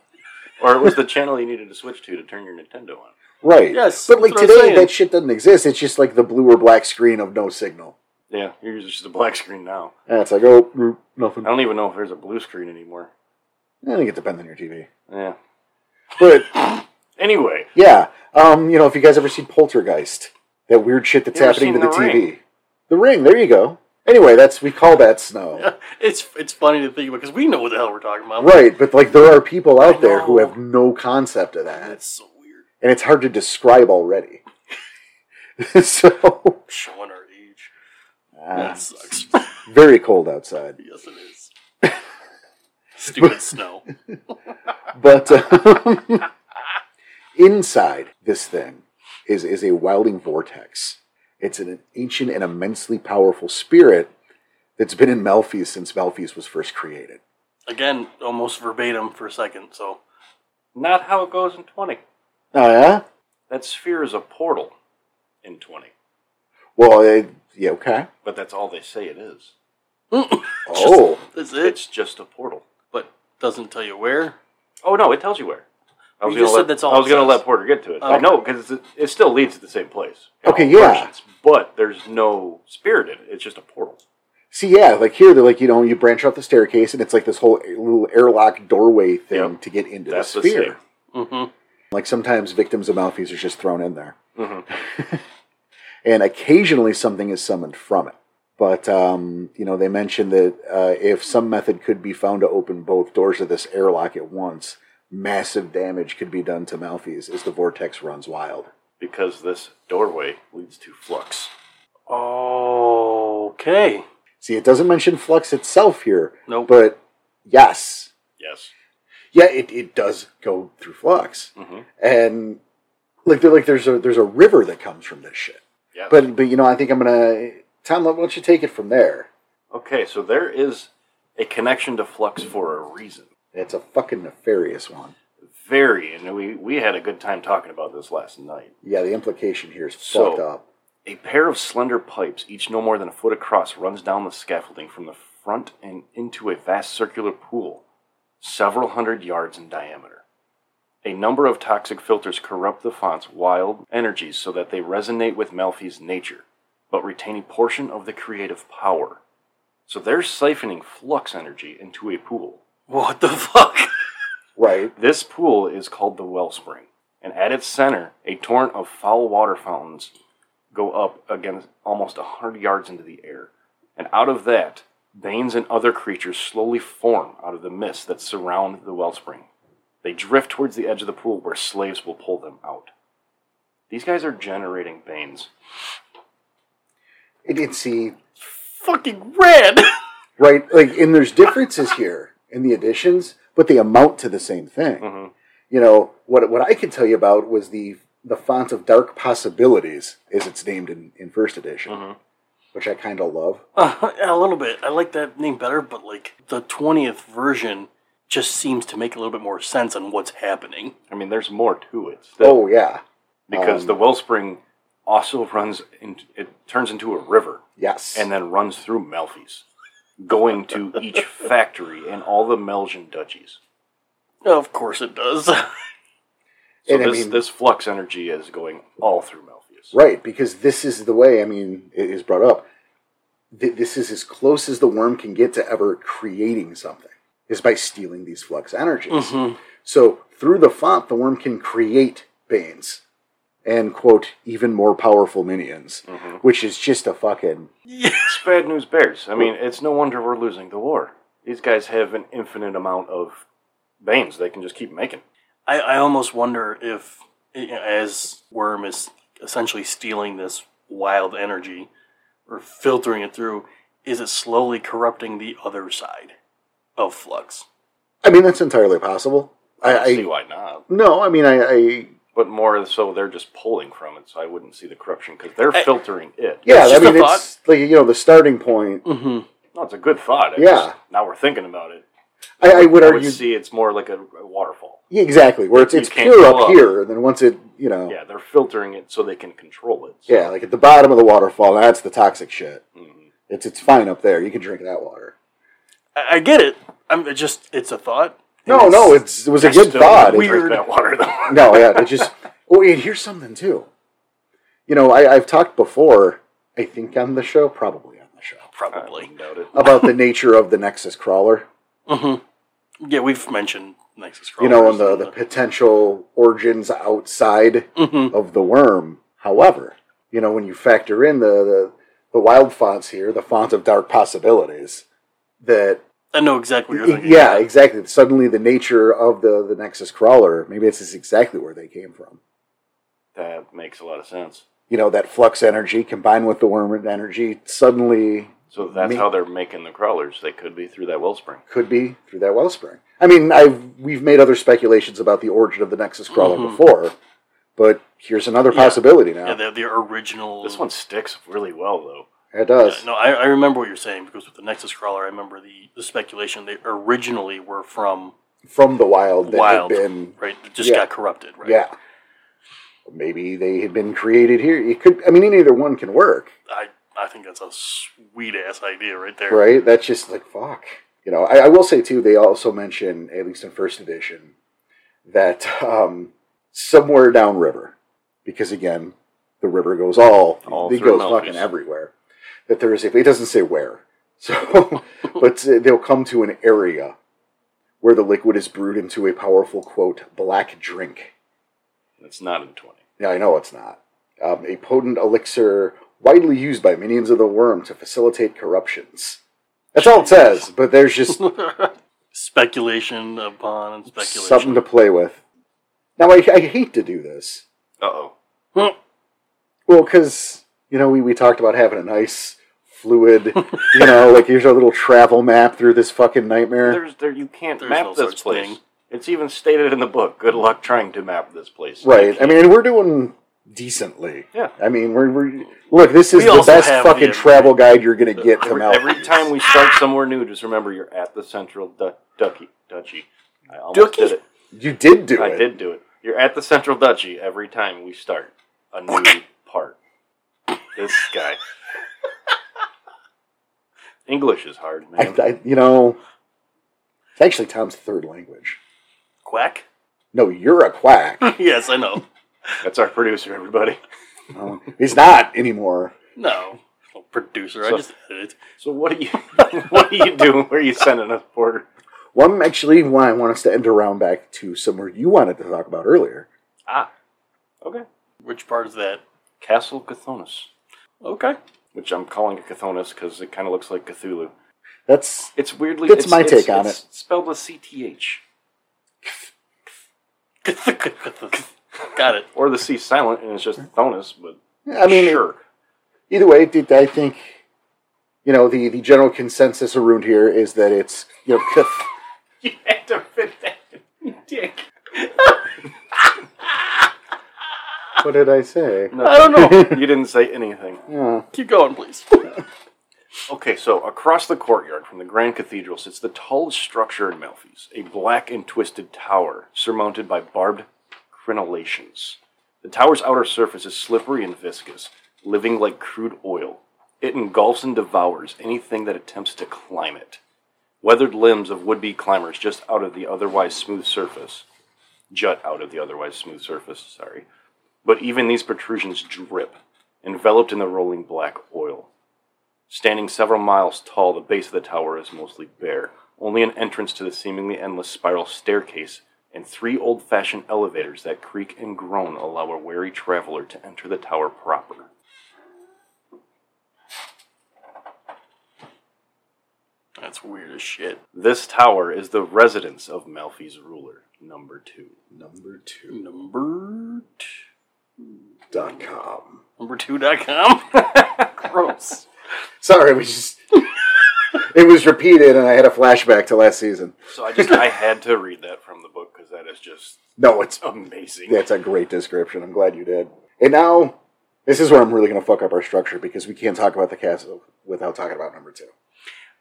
C: Or it was the channel you needed to switch to to turn your Nintendo on.
A: right.
B: Yes,
A: But like
B: that's what I'm
A: today,
B: saying.
A: that shit doesn't exist. It's just like the blue or black screen of no signal.
C: Yeah, yours is just a black screen now.
A: And it's like, oh, mm, nothing.
C: I don't even know if there's a blue screen anymore.
A: I think it depends on your TV.
C: Yeah.
A: But
C: Anyway,
A: yeah, um, you know, if you guys ever seen Poltergeist, that weird shit that's
C: You ever
A: happening to
C: seen
A: the,
C: The
A: TV,
C: Ring?
A: the ring. There you go. Anyway, that's we call that
C: *laughs*
A: snow,
B: it's it's funny to think about because we know what the hell we're talking about.
A: right? But like, there are people out there who
B: know.
A: have no concept of that.
B: That's so weird.
A: and it's hard to describe already. *laughs* so
B: Showing our age.
A: uh,
B: That sucks.
A: *laughs*
B: *laughs*
A: very cold outside,
B: yes, it is. *laughs*
C: *laughs*
B: Stupid snow.
A: but um, *laughs* inside this thing is is a wilding vortex. It's an ancient and immensely powerful spirit that's been in Melfi since Melfi was first created.
B: Again, almost verbatim for a second. So
C: not how it goes in 20.
A: Oh yeah.
C: That sphere is a portal in 20.
A: Well, eh, yeah, okay.
C: But that's all they say it is.
A: Oh,
B: that's it.
C: It's just a portal.
B: But doesn't tell you where.
C: Oh, no, it tells you where. I was
B: You just
C: gonna
B: said
C: let-
B: that's all
C: I was
B: it
C: going to
B: says.
C: let Porter get to it.
B: Oh.
C: I know, because it, it still leads to the same place. in
A: Okay,
C: all
A: yeah.
C: versions, But there's no spirit in it. It's just a portal.
A: see, yeah, like here they're like you know you branch off the staircase and it's like this whole little airlock doorway thing
C: Yep.
A: to get into
C: That's
A: the
C: the
A: sphere.
C: same.
B: Mm-hmm.
A: Like sometimes victims of Malfeas are just thrown in there,
C: hmm
A: *laughs* and occasionally something is summoned from it. But um, you know, they mentioned that uh, if some method could be found to open both doors of this airlock at once, massive damage could be done to Malfeas as the vortex runs wild.
C: Because this doorway leads to flux.
B: Okay.
A: See, it doesn't mention flux itself here,
B: Nope.
A: but yes,
C: Yes.
A: yeah, it, it does go through flux,
C: Mm-hmm.
A: and like they're like there's a there's a river that comes from this shit.
C: Yes.
A: But but you know, I think I'm gonna Tom. Why don't you take it from there?
C: Okay, so there is a connection to flux for a reason.
A: It's a fucking nefarious one.
C: Very, and we, we had a good time talking about this last night.
A: Yeah, the implication here is
C: So-
A: fucked up.
C: A pair of slender pipes, each no more than a foot across, runs down the scaffolding from the front and into a vast circular pool, several hundred yards in diameter. A number of toxic filters corrupt the font's wild energies so that they resonate with Melfi's nature, but retain a portion of the creative power. So they're siphoning flux energy into a pool.
B: What the fuck? *laughs*
A: Right.
C: This pool is called the Wellspring, and at its center, a torrent of foul water fountains go up against almost a hundred yards into the air. And out of that, Banes and other creatures slowly form out of the mist that surround the wellspring. They drift towards the edge of the pool where slaves will pull them out. These guys are generating Banes.
A: It, it's see
B: Fucking red. *laughs*
A: right like and there's differences here in the additions, but they amount to the same thing.
C: Mhm.
A: You know what? What I could tell you about was the the font of dark possibilities, as it's named in, in first edition,
C: Mhm.
A: which I kind of love.
B: Uh, a little bit. I like that name better, but like the twentieth version just seems to make a little bit more sense on what's happening.
C: I mean, there's more to it still,
A: Oh yeah,
C: because
A: um,
C: the wellspring also runs, in, it turns into a river.
A: yes,
C: and then runs through Melfi's, going
A: *laughs*
C: to each factory and all the Melgian duchies.
B: Of course it does. *laughs*
C: So
A: And I
C: this,
A: mean-
C: this flux energy is going all through Melfi. serious.
A: Right, because this is the way, I mean, it is brought up. Th- This is as close as the worm can get to ever creating something, is by stealing these flux energies.
C: Mm-hmm.
A: So through the font, the worm can create Banes and, quote, even more powerful minions,
C: Mm-hmm.
A: which is just a fucking.
C: It's bad news bears. I mean, it's no wonder we're losing the war. These guys have an infinite amount of veins they can just keep making.
B: I, I almost wonder if, you know, as Worm is essentially stealing this wild energy or filtering it through, is it slowly corrupting the other side of Flux?
A: I mean, that's entirely possible. I,
C: I see
A: I
C: why not.
A: no, I mean, I, I
C: But more so, they're just pulling from it, so I wouldn't see the corruption because they're
B: I-
C: filtering it.
A: yeah,
B: It's
A: I
B: just a
A: mean, it's like you know the starting point.
C: Mm. No, it's a good thought. I
A: Yeah.
C: just- now we're thinking about it.
A: I, I would
C: I
A: argue,
C: would see it's more like a, a waterfall.
A: yeah, exactly, where it's it's
C: can't
A: pure
C: go
A: up,
C: up.
A: here, and then once it, you know,
C: Yeah, they're filtering it so they can control it.
A: Yeah, like at the bottom of the waterfall, that's the toxic shit. It's it's fine up there. You can drink that water.
B: I, I get it. I'm it just, it's a thought.
A: No, no, it's it was a good
C: Still
A: thought. It's-
C: drink
B: weird.
C: that water though.
A: no, yeah, it *laughs* just. Oh, and here's something too. You know, I, I've talked before. I think on the show, probably on the show,
C: *laughs*
B: Probably.
C: Doubt it.
A: about *laughs* the nature of the Nexus crawler.
B: Yeah, we've mentioned Nexus
A: You know, and the the potential origins outside of the worm. However, you know, when you factor in the the, the wild fonts here, the font of dark possibilities, that
B: I know exactly what you're thinking.
A: yeah, exactly. Suddenly, the nature of the the Nexus crawler. Maybe this is exactly where they came from.
C: That makes a lot of sense.
A: You know, that flux energy combined with the worm energy suddenly
C: So that's
A: Me-
C: how they're making the crawlers. They could be through that wellspring.
A: could be through that wellspring. I mean, I've we've made other speculations about the origin of the Nexus crawler before, but here's another possibility now.
B: Mm-hmm. Yeah, the, the original.
C: This one sticks really well, though.
A: it does.
B: No, I, I remember what you're saying because with the Nexus Crawler, I remember the, the speculation they originally were from
A: From the wild, that
B: Wild,
A: had been
B: right? It just
A: Yeah.
B: got corrupted, right?
A: yeah. Maybe they had been created here. It could. I mean, either one can work.
B: I, I think that's a sweet ass idea right there.
A: right? That's just like fuck. You know, I, I will say too. They also mention, at least in first edition, that um, somewhere downriver, because again, the river goes all,
C: All
A: it
C: through
A: goes
C: Melfi's.
A: fucking everywhere. That there is a, it doesn't say where. *laughs* So, but uh, they'll come to an area where the liquid is brewed into a powerful quote black drink.
C: It's not in 20.
A: Yeah, I know it's not. Um, a potent elixir widely used by minions of the worm to facilitate corruptions. That's all it
C: *laughs*
A: says, but there's just
B: Speculation upon speculation.
A: something to play with. Now, I, I hate to do this.
C: Uh oh.
B: Well,
A: Well, because, you know, we, we talked about having a nice,
C: *laughs*
A: fluid, you know, like here's our little travel map through this fucking nightmare.
C: There's there you can't
B: There's
C: map
B: no
C: this
B: such
C: place.
B: thing.
C: It's even stated in the book. Good luck trying to map this place.
A: Right. I mean, we're doing decently.
C: Yeah.
A: I mean, we're, we're look, this is
B: We
A: the
B: also
A: best
B: have
A: fucking
B: the-
A: travel guide you're going to get from
C: Every,
A: out.
C: every time we start somewhere new, just remember you're at the central du- ducky duchy. I almost
B: Ducky?
C: did it.
A: You did do
C: I
A: it.
C: did do it. You're at the central duchy every time we start a new part. This guy. English is hard, man.
A: I, I, you know, it's actually Tom's third language.
B: quack. *laughs*
A: No, you're a quack.
B: yes, I know.
C: That's our producer, everybody.
A: No, he's not anymore.
B: No, no producer. I
C: So-
B: just edit.
C: So what *laughs* do you what do you do? Where are you sending us, Porter?
A: Well, I'm actually why I want us to end around back to somewhere you wanted to talk about earlier.
C: Ah. Okay.
B: Which part is that?
C: Castle Cthulhus,
B: Okay. *laughs*
C: which I'm calling it Cthulhus because it kind of looks like Cthulhu.
A: That's
C: It's weirdly.
A: That's
C: it's,
A: my
C: it's-
A: take on
C: it's Spelled with CTH
B: Got it.
C: or the C silent, and it's just Cthulhus. But
A: I mean,
C: sure,
A: either way, it- I think you know the the general consensus around here is that it's you know Cth-
C: *laughs* you had to fit that, in, dick.
A: what did I say?
B: I don't
A: *laughs*
B: know.
C: You didn't say anything.
B: Keep going, please.
C: Okay, so across the courtyard from the Grand Cathedral sits the tallest structure in Melfi's, a black and twisted tower surmounted by barbed crenellations. The tower's outer surface is slippery and viscous, living like crude oil. It engulfs and devours anything that attempts to climb it. Weathered limbs of would be climbers just out of the otherwise smooth surface, jut out of the otherwise smooth surface, sorry, But even these protrusions drip, enveloped in the rolling black oil. Standing several miles tall, the base of the tower is mostly bare. Only an entrance to the seemingly endless spiral staircase and three old fashioned elevators that creak and groan allow a wary traveler to enter the tower proper.
B: That's weird as shit.
C: This tower is the residence of Malfi's ruler, number two.
A: Number two
B: Number two.
A: dot com.
B: Number two dot com. *laughs* Gross.
A: Sorry, we just it was repeated, and I had a flashback to last season.
C: So I just I had to read that from the book because that is just
A: No, it's
C: amazing.
A: that's a great description. I'm glad you did. And now this is where I'm really going to fuck up our structure because we can't talk about the castle without talking about number two,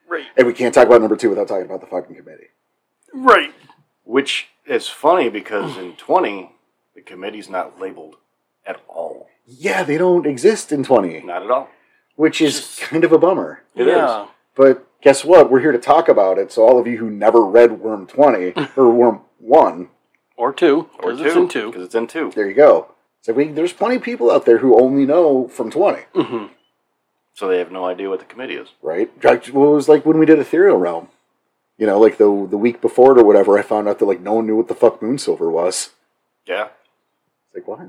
B: Right.
A: and we can't talk about number two without talking about the fucking committee.
B: Right.
C: Which is funny because in twenty the committee's not labeled at all.
A: Yeah, they don't exist in 20,
C: Not at all.
A: which is kind of a bummer.
C: It is.
B: yeah.
A: But guess what? We're here to talk about it. So all of you who never read Worm 20 or Worm 1,
B: Or two.
C: Or
B: Because it's in two.
C: Because it's in two.
A: there you go. So we, there's plenty of people out there who only know from 20,
C: So they have no idea what the committee is.
A: right? Like, Well, it was like when we did Ethereal Realm. You know, like the the week before it or whatever, I found out that like no one knew what the fuck Moonsilver was.
C: Yeah.
A: It's like what?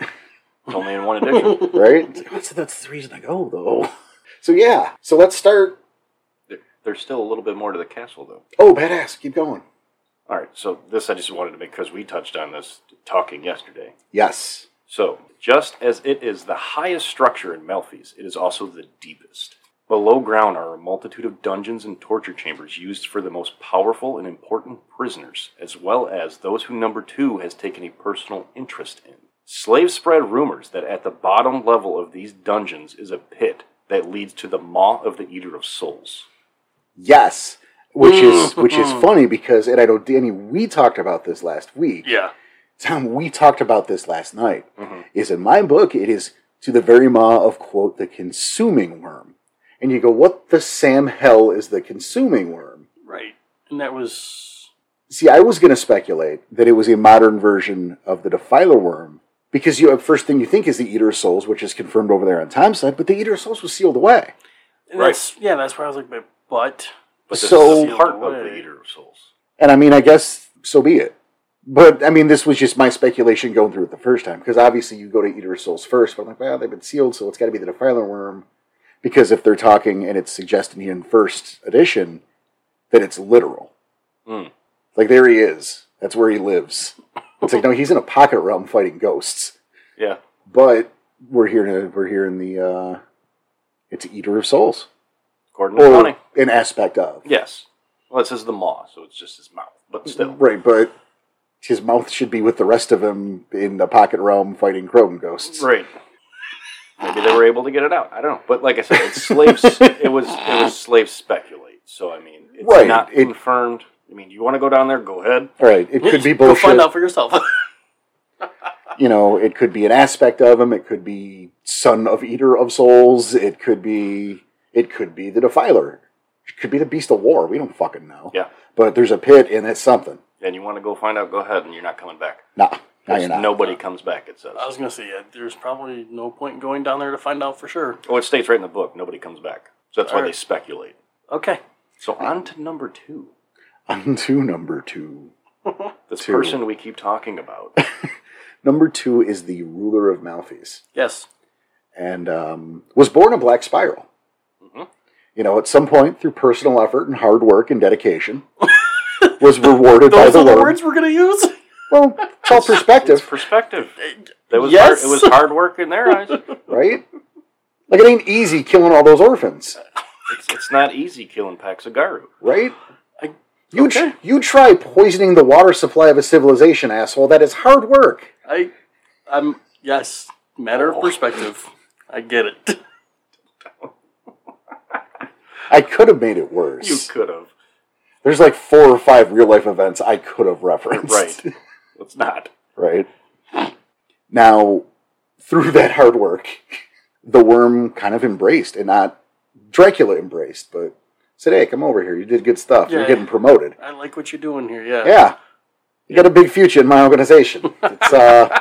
C: It's only in one
A: *laughs*
C: edition.
A: Right? It's like, oh, so that's the reason I go though. *laughs* So yeah. So let's start.
C: There- There's still a little bit more to the castle though.
A: Oh, badass! Keep going.
C: All right, so this I just wanted to make because we touched on this talking yesterday.
A: Yes.
C: So, just as it is the highest structure in Melfi's, it is also the deepest. Below ground are a multitude of dungeons and torture chambers used for the most powerful and important prisoners, as well as those who Number Two has taken a personal interest in. Slaves spread rumors that at the bottom level of these dungeons is a pit that leads to the Maw of the Eater of Souls.
A: Yes. Which is which is funny because and I know Danny, we talked about this last week.
B: Yeah.
A: Tom, we talked about this last night. Is in my book, it is to the very maw of quote the consuming worm, and you go, what the Sam hell is the consuming worm?
B: Right. And that was.
A: See, I was going to speculate that it was a modern version of the defiler worm because you first thing you think is the eater of souls, which is confirmed over there on Tom's side, but the eater of souls was sealed away.
B: and
C: Right.
B: that's- yeah, that's where I was like, but. but
C: But this
A: So-
C: is part of the
B: Way.
C: Eater of Souls.
A: And I mean, I guess so be it. But I mean, this was just my speculation going through it the first time because obviously you go to Eater of Souls first, but I'm like, well, they've been sealed, so it's got to be the Defiler Worm because if they're talking and it's suggested here in first edition that it's literal,
C: Mm.
A: like there he is, that's where he lives. It's like no, he's in a pocket realm fighting ghosts,
C: Yeah.
A: but we're here to, we're here in the uh, it's Eater of Souls
C: According to Tony.
A: or an aspect of
C: Yes. Well, it says the maw, so it's just his mouth. But still,
A: Right, but his mouth should be with the rest of him in the pocket realm fighting Krogan ghosts.
C: *laughs* right. Maybe they were able to get it out. I don't know. But like I said,
A: *laughs*
C: it's slaves. it was it was slaves speculate. So I mean, it's
A: Right,
C: not
A: it-
C: confirmed. I mean, you want to go down there? Go ahead.
A: All right, it could be
B: Go find
A: bullshit.
B: out for yourself. *laughs*
A: You know, it could be an aspect of him. It could be son of eater of souls. It could be it could be the defiler. It could be the beast of war. We don't fucking know.
C: Yeah.
A: But there's a pit and it's something.
C: And you want to go find out? Go ahead, and you're not coming back.
A: Nah, now you're not. *laughs*
C: Nobody comes back. It says.
B: I was going to say, yeah, there's probably no point in going down there to find out for sure.
C: Oh, it states right in the book. Nobody comes back. So that's why
B: Alright.
C: they speculate.
B: Okay.
C: So on to number two.
A: On to number two.
C: This person we keep talking about.
A: Number two is the ruler of Malphys.
B: Yes.
A: and um, was born a black spiral.
B: Mm-hmm.
A: You know, at some point, through personal effort and hard work and dedication, *laughs* was rewarded by
B: Those
A: the
B: are the
A: Lord.
B: words we're going to use? *laughs*
A: Well, it's all
C: It's
A: perspective,
C: perspective.
A: Uh,
C: That was
B: Yes.
C: hard, it was hard work in their
A: *laughs*
C: eyes.
A: right? Like it ain't easy killing all those orphans,
C: It's, it's not easy killing Paxagaru.
A: right?
B: I-
A: You
B: Okay.
A: tr- you try poisoning the water supply of a civilization, asshole. That is hard work.
B: I, I'm yes. Matter of perspective. I get it. *laughs*
A: I could have made it worse. *laughs*
C: You could have.
A: There's like four or five real life events I could have referenced.
C: Right. It's not.
A: right? Now, through that hard work, the worm kind of embraced, and not Dracula embraced, but said, "Hey, come over here. You did good stuff. You're
B: Yeah.
A: getting promoted.
B: I like what you're doing here. Yeah.
A: Yeah, you got a big future in my organization. It's uh,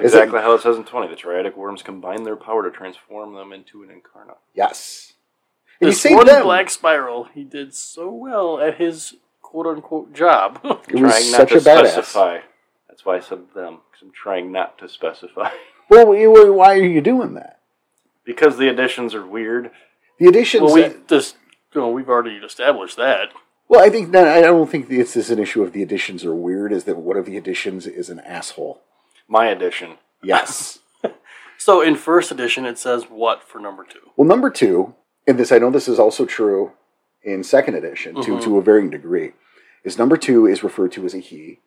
A: Is
C: exactly
A: It,
C: how it says in 20. The triadic worms combine their power to transform them into an incarnate.
A: yes. And
B: This
A: saved
B: one
A: them.
B: black spiral, he did so well at his quote unquote job. *laughs*
A: It was such a badass.
C: specify. That's why I said them, because I'm trying not to specify. *laughs*
A: Well, we- we- why are you doing that?
C: because the additions are weird.
A: The additions.
B: well, we
A: that-
B: just you know, we've already established that.
A: well, I think no, I don't think it's is an issue of the additions are weird. Is that one of the additions is an asshole?
C: My addition.
A: Yes.
B: So in first edition, it says what for number two?
A: Well, number two, and this I know this is also true in second edition
B: Mm-hmm.
A: to, to a varying degree, is number two is referred to as a he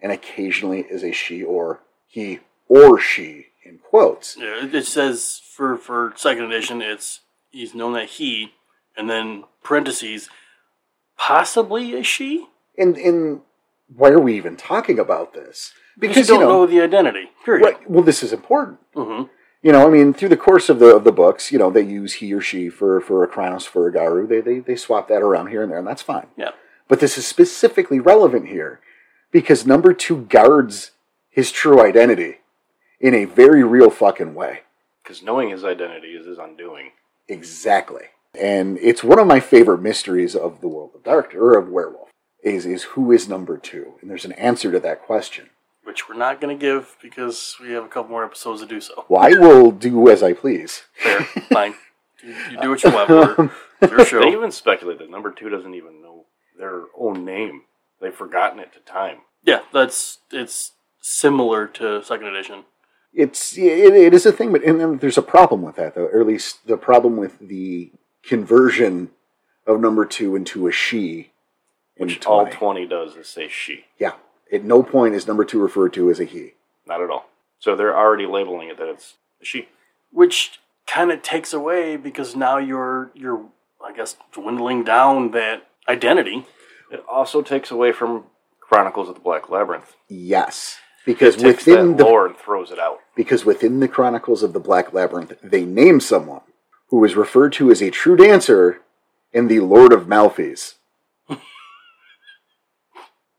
A: and occasionally as a she or he or she in quotes.
B: Yeah, it, it says for for second edition, it's he's known that he, and then parentheses, possibly a she.
A: And and why are we even talking about this?
B: Because you don't know, the identity. Period.
A: right, well, this is important.
B: Mhm.
A: You know, I mean, through the course of the of the books, you know, they use he or she for for a Kranos for a Garu. They they they swap that around here and there, and that's fine.
B: Yeah.
A: But this is specifically relevant here because number two guards his true identity in a very real fucking way.
C: Because knowing his identity is his undoing.
A: Exactly. And it's one of my favorite mysteries of the world of dark or of werewolf is is who is number two? And there's an answer to that question.
B: Which we're not going to give because we have a couple more episodes to do *laughs* so.
A: Well, I will do as I please.
B: Fair, fine. You, you do what you *laughs* want. We're, it's your show.
C: They even speculate that number two doesn't even know their own name. They've forgotten it to time.
B: Yeah, that's it's similar to second edition.
A: It's it, it is a thing, but and then there's a problem with that though, or at least the problem with the conversion of number two into a she. in
C: Which all
A: 20.
C: 20 does is say she.
A: Yeah. At no point is number two referred to as a he.
C: Not at all. So they're already labeling it that it's a she.
B: which kind of takes away because now you're you're I guess dwindling down that identity.
C: It also takes away from Chronicles of the Black Labyrinth.
A: Yes. Because
C: Takes
A: within
C: that
A: the
C: lore and throws it out.
A: because within the Chronicles of the Black Labyrinth, they name someone who is referred to as a true dancer in the Lord of Malfeas.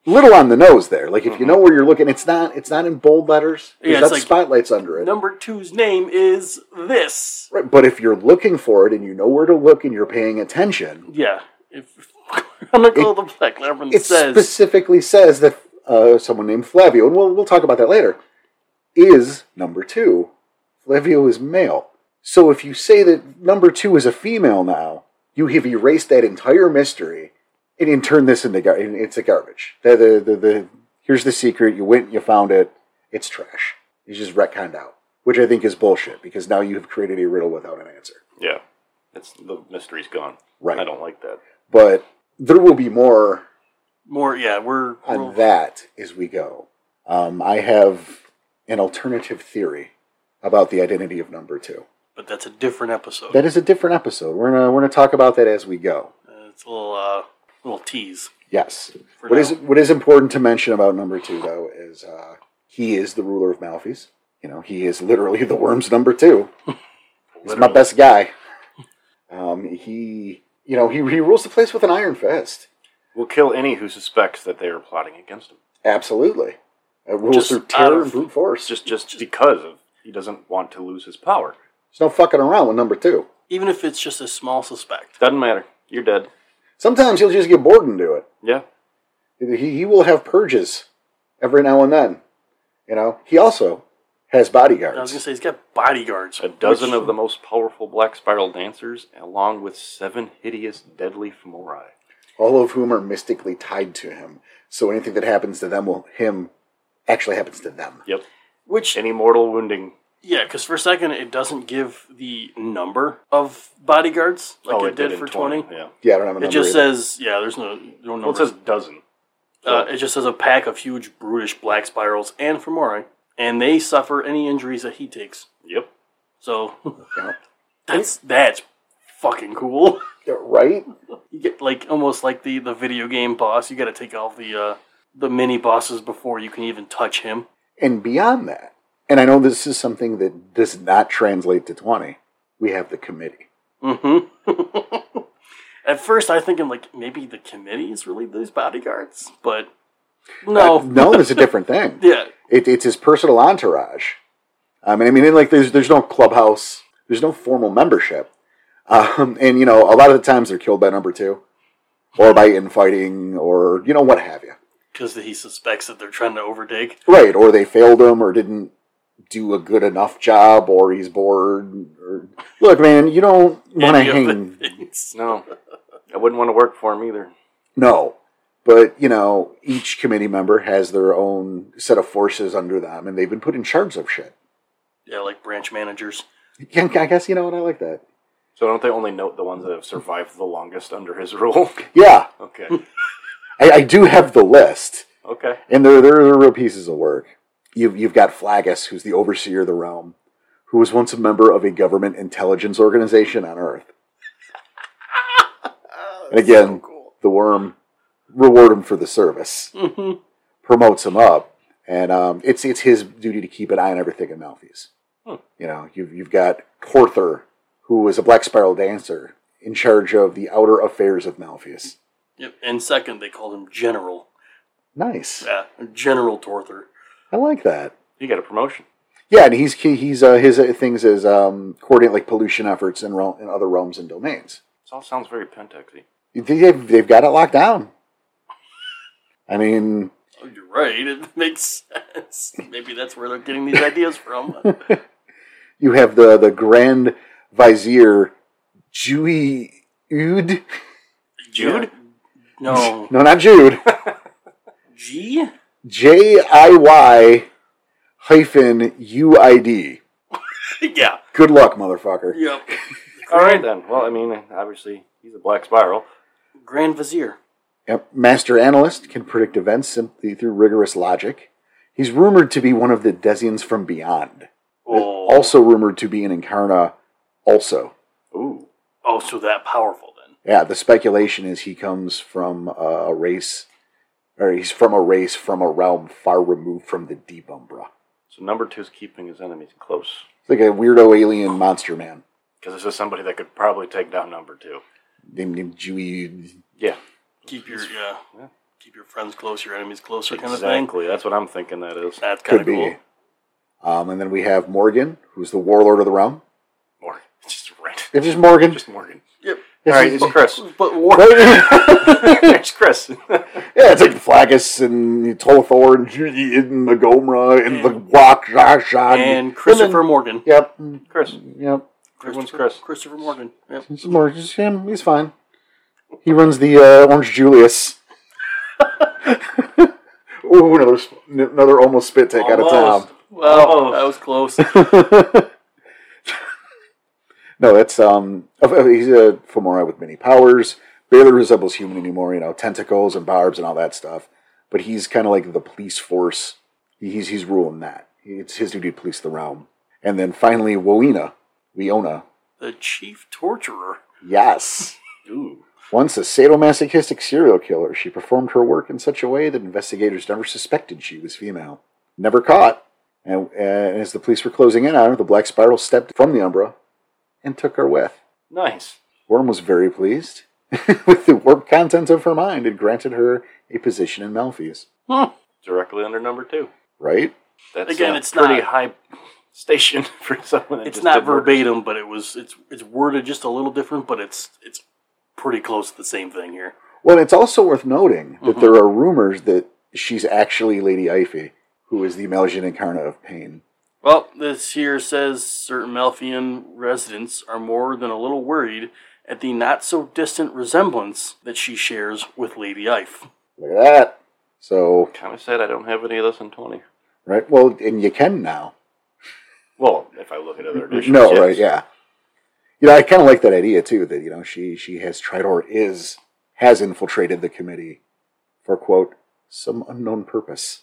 A: Little on the nose there. Like if you know where you're looking, it's not it's not in bold letters. There's
B: Yeah,
A: not
B: it's like-
A: spotlights under it.
B: Number two's name is this.
A: Right, but if you're looking for it and you know where to look and you're paying attention,
B: Yeah, if *laughs* Chronicle of the Black Labyrinth
A: it
B: says
A: specifically says that uh, someone named Flavio, and we'll, we'll talk about that later, is number two. Flavio is male. So if you say that number two is a female now, you have erased that entire mystery and, and turned this into gar- and it's a garbage. The, the, the, the, here's the secret. You went, you found it. It's trash. You just retconned out, which I think is bullshit because now you have created a riddle without an answer.
C: Yeah. It's the mystery's gone.
A: Right.
C: I don't like that.
A: But there will be more
B: more. Yeah, we're,
A: on
B: we're
A: that as we go. Um, I have an alternative theory about the identity of number two.
B: but that's a different episode.
A: That is a different episode. We're gonna we're gonna talk about that as we go.
B: Uh, it's a little uh, little tease.
A: Yes.
B: For
A: What is
B: now.
A: what is important to mention about number two though is uh, he is the ruler of Malphys. You know, he is literally the worm's number
B: *laughs*
A: two. He's my
C: Literally.
A: best guy. Um, he you know he, he rules the place with an iron fist.
C: Will kill any who suspects that they are plotting against him.
A: Absolutely. It rules
B: Just
A: through
B: out
A: terror
B: of-
A: and brute force.
C: Just just because of he doesn't want to lose his power.
A: There's no fucking around with number two.
B: Even if it's just a small suspect.
C: Doesn't matter. You're dead.
A: Sometimes he'll just get bored and do it.
C: Yeah.
A: He, he will have purges every now and then. You know, he also has bodyguards.
B: I was gonna say he's got bodyguards.
C: A dozen of the most powerful black spiral dancers, along with seven hideous deadly femori.
A: all of whom are mystically tied to him. So anything that happens to them will him actually happens to them.
C: Yep.
B: Which
C: Any mortal wounding.
B: Yeah, because for a second it doesn't give the number of bodyguards like
C: oh,
B: it, did,
C: in
B: for twenty.
C: Yeah.
A: Yeah, I don't have a number.
B: It just
A: either.
B: says yeah, there's no no
C: Well, it
B: number.
C: says dozen.
B: uh, it just says a pack of huge brutish black spirals and Femori, and they suffer any injuries that he takes.
C: Yep.
B: So *laughs*
A: Yeah.
B: that's that's fucking cool. *laughs*
A: Yeah, right?
B: You get like almost like the the video game boss. You got to take all the uh, the mini bosses before you can even touch him.
A: And beyond that, and I know this is something that does not translate to twenty, we have the committee.
B: Mm-hmm. At first, I think I'm like maybe the committee is really those bodyguards, but no,
A: Uh, no, it's a different thing.
B: Oh. *laughs* yeah,
A: It, it's his personal entourage. Um, and I mean, and, like there's there's no clubhouse, there's no formal membership, um, and you know a lot of the times they're killed by number two, or by infighting, or you know what have you,
B: because he suspects that they're trying to overtake.
A: right? Or they failed him, or didn't do a good enough job, or he's bored. Or look, man, you don't want
B: *laughs*
A: to
B: Any of the
A: hang
B: things.
C: No, I wouldn't want to work for him either.
A: *laughs* No. But, you know, each committee member has their own set of forces under them, and they've been put in charge of shit.
B: Yeah, like branch managers.
A: Yeah, I guess, you know what, I like that.
C: So don't they only note the ones that have survived the longest under his *laughs* rule?
A: Yeah,
C: okay,
A: I, I do have the list,
C: okay.
A: and they're, they're, they're real pieces of work. You've, you've got Flagus, who's the overseer of the realm, who was once a member of a government intelligence organization on Earth. And again, the worm reward him for the service,
B: Mhm.
A: promotes him up, and um, it's it's his duty to keep an eye on everything in Maltese.
C: Hmm.
A: You know, you've you've got Corther, who is a black spiral dancer in charge of the outer affairs of Malpheus.
B: Yep. And second, they called him General.
A: Nice,
B: Yeah, General Torther.
A: I like that.
C: He got a promotion.
A: Yeah, and he's he, he's uh, his uh, things is um, coordinate like pollution efforts in realm, in other realms and domains.
C: This all sounds very pentexy.
A: They- They've, they've got it locked down. I mean,
B: Oh, you're right. It *laughs* makes sense. Maybe that's where they're getting these ideas
C: *laughs*
B: from.
A: you have the the Grand Vizier Jui Ud.
B: Jude? No.
A: No, not Jude. *laughs*
B: G? *laughs*
A: J I Y hyphen U I D.
B: yeah.
A: Good luck, motherfucker.
B: Yep.
C: All right then. Well, I mean, obviously he's a black spiral.
B: Grand Vizier.
A: Yep. Master analyst can predict events simply through rigorous logic. He's rumored to be one of the Desians from beyond.
B: Oh,
A: Also rumored to be an Incarna. Also,
C: Ooh,
B: oh, so that powerful then.
A: yeah. The speculation is he comes from uh, a race, or he's from a race from a realm far removed from the Deep Umbra.
C: so number two's keeping his enemies close
A: It's like a weirdo alien monster man
C: because this is somebody that could probably take down number two.
A: named named Jui.
C: Yeah,
B: Keep your yeah,
C: Yeah.
B: keep your friends close, your enemies closer, kind of thing.
C: exactly. That's what I'm thinking. That is
B: That's kind
A: Could
B: of cool.
A: be. Um, and then we have Morgan, who's the warlord of the realm.
C: Morgan. *laughs* Just rent.
A: It's just Morgan.
C: Just Morgan.
B: Yep.
C: All right, it's *laughs* Chris.
B: But war-
C: it's Chris.
A: *laughs*
C: *laughs*
A: Yeah, it's like Flagus and Tolthor and, Judy and the Gomra and, the Guac Josh
B: and Christopher Morgan.
A: Yep.
C: Chris.
A: Yep.
C: Everyone's
B: Christopher-
C: Chris.
B: Christopher Morgan. Yep.
A: It's Morgan. It's him. He's fine. He runs the uh, Orange Julius. *laughs* Ooh, another sp- another almost spit take out of
C: Almost.
A: Tom.
B: Well,
C: Oh.
B: that was close.
A: No, that's um. of- of- He's a Fomora with many powers. Barely resembles human anymore. You know, tentacles and barbs and all that stuff. But he's kind of like the police force. He's he's ruling that. It's his duty to police the realm. And then finally, Wowena, Weona.
B: the chief torturer.
A: Yes.
C: Ooh.
A: Once a sadomasochistic serial killer, she performed her work in such a way that investigators never suspected she was female. Never caught. And, and as the police were closing in on her, the Black Spiral stepped from the Umbra and took her with.
C: Nice.
A: Worm was very pleased *laughs* with the warped contents of her mind and granted her a position in Malpheus.
B: Hmm.
C: Directly under number two.
A: Right?
C: That's
B: Again,
C: a
B: it's
C: pretty
B: not-
C: high station *laughs* for someone. That
B: It's
C: just
B: not
C: did work.
B: verbatim, but it was it's it's worded just a little different, but it's it's pretty close to the same thing here.
A: Well, it's also worth noting that there are rumors that she's actually Lady Ife, who is the Malgian incarnate of pain.
B: Well, this here says certain Malfian residents are more than a little worried at the not so distant resemblance that she shares with Lady Ife.
A: Look at that. So,
C: Kind of sad I don't have any of this in 20.
A: right? Well, and you can now.
C: Well, if I look at other editions.
A: No,
C: yes.
A: right? Yeah. You know, I kind of like that idea too. That you know, she she has tried or is has infiltrated the committee for quote some unknown purpose.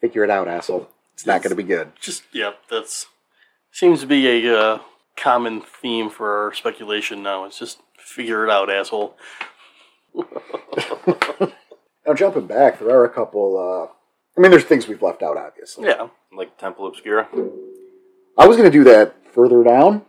A: Figure it out, asshole. It's not going to be good.
B: Just yeah, that's seems to be a uh, common theme for our speculation now. It's just figure it out, asshole.
A: Now jumping back, there are a couple. Uh, I mean, there's things we've left out, obviously.
B: Yeah,
C: Like Temple Obscura.
A: I was going to do that further down,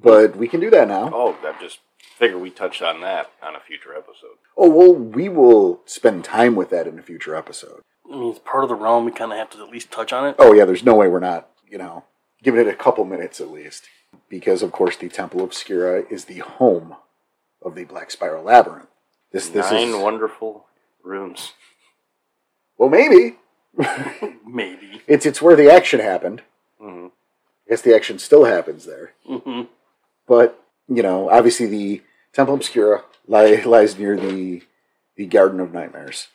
A: but we can do that now.
C: Oh, I just figured we touched on that on a future episode.
A: Oh well, we will spend time with that in a future episode.
B: I mean it's part of the realm. We kind of have to at least touch on it.
A: Oh yeah, there's no way we're not you know giving it a couple minutes at least, because of course the Temple Obscura is the home of the Black Spiral Labyrinth. This this
C: Nine
A: is
C: wonderful rooms.
A: well maybe
B: Maybe.
A: it's it's where the action happened.
C: Mhm.
A: I guess the action still happens there.
B: hmm
A: But you know, obviously the Temple Obscura li- lies near the the Garden of Nightmares,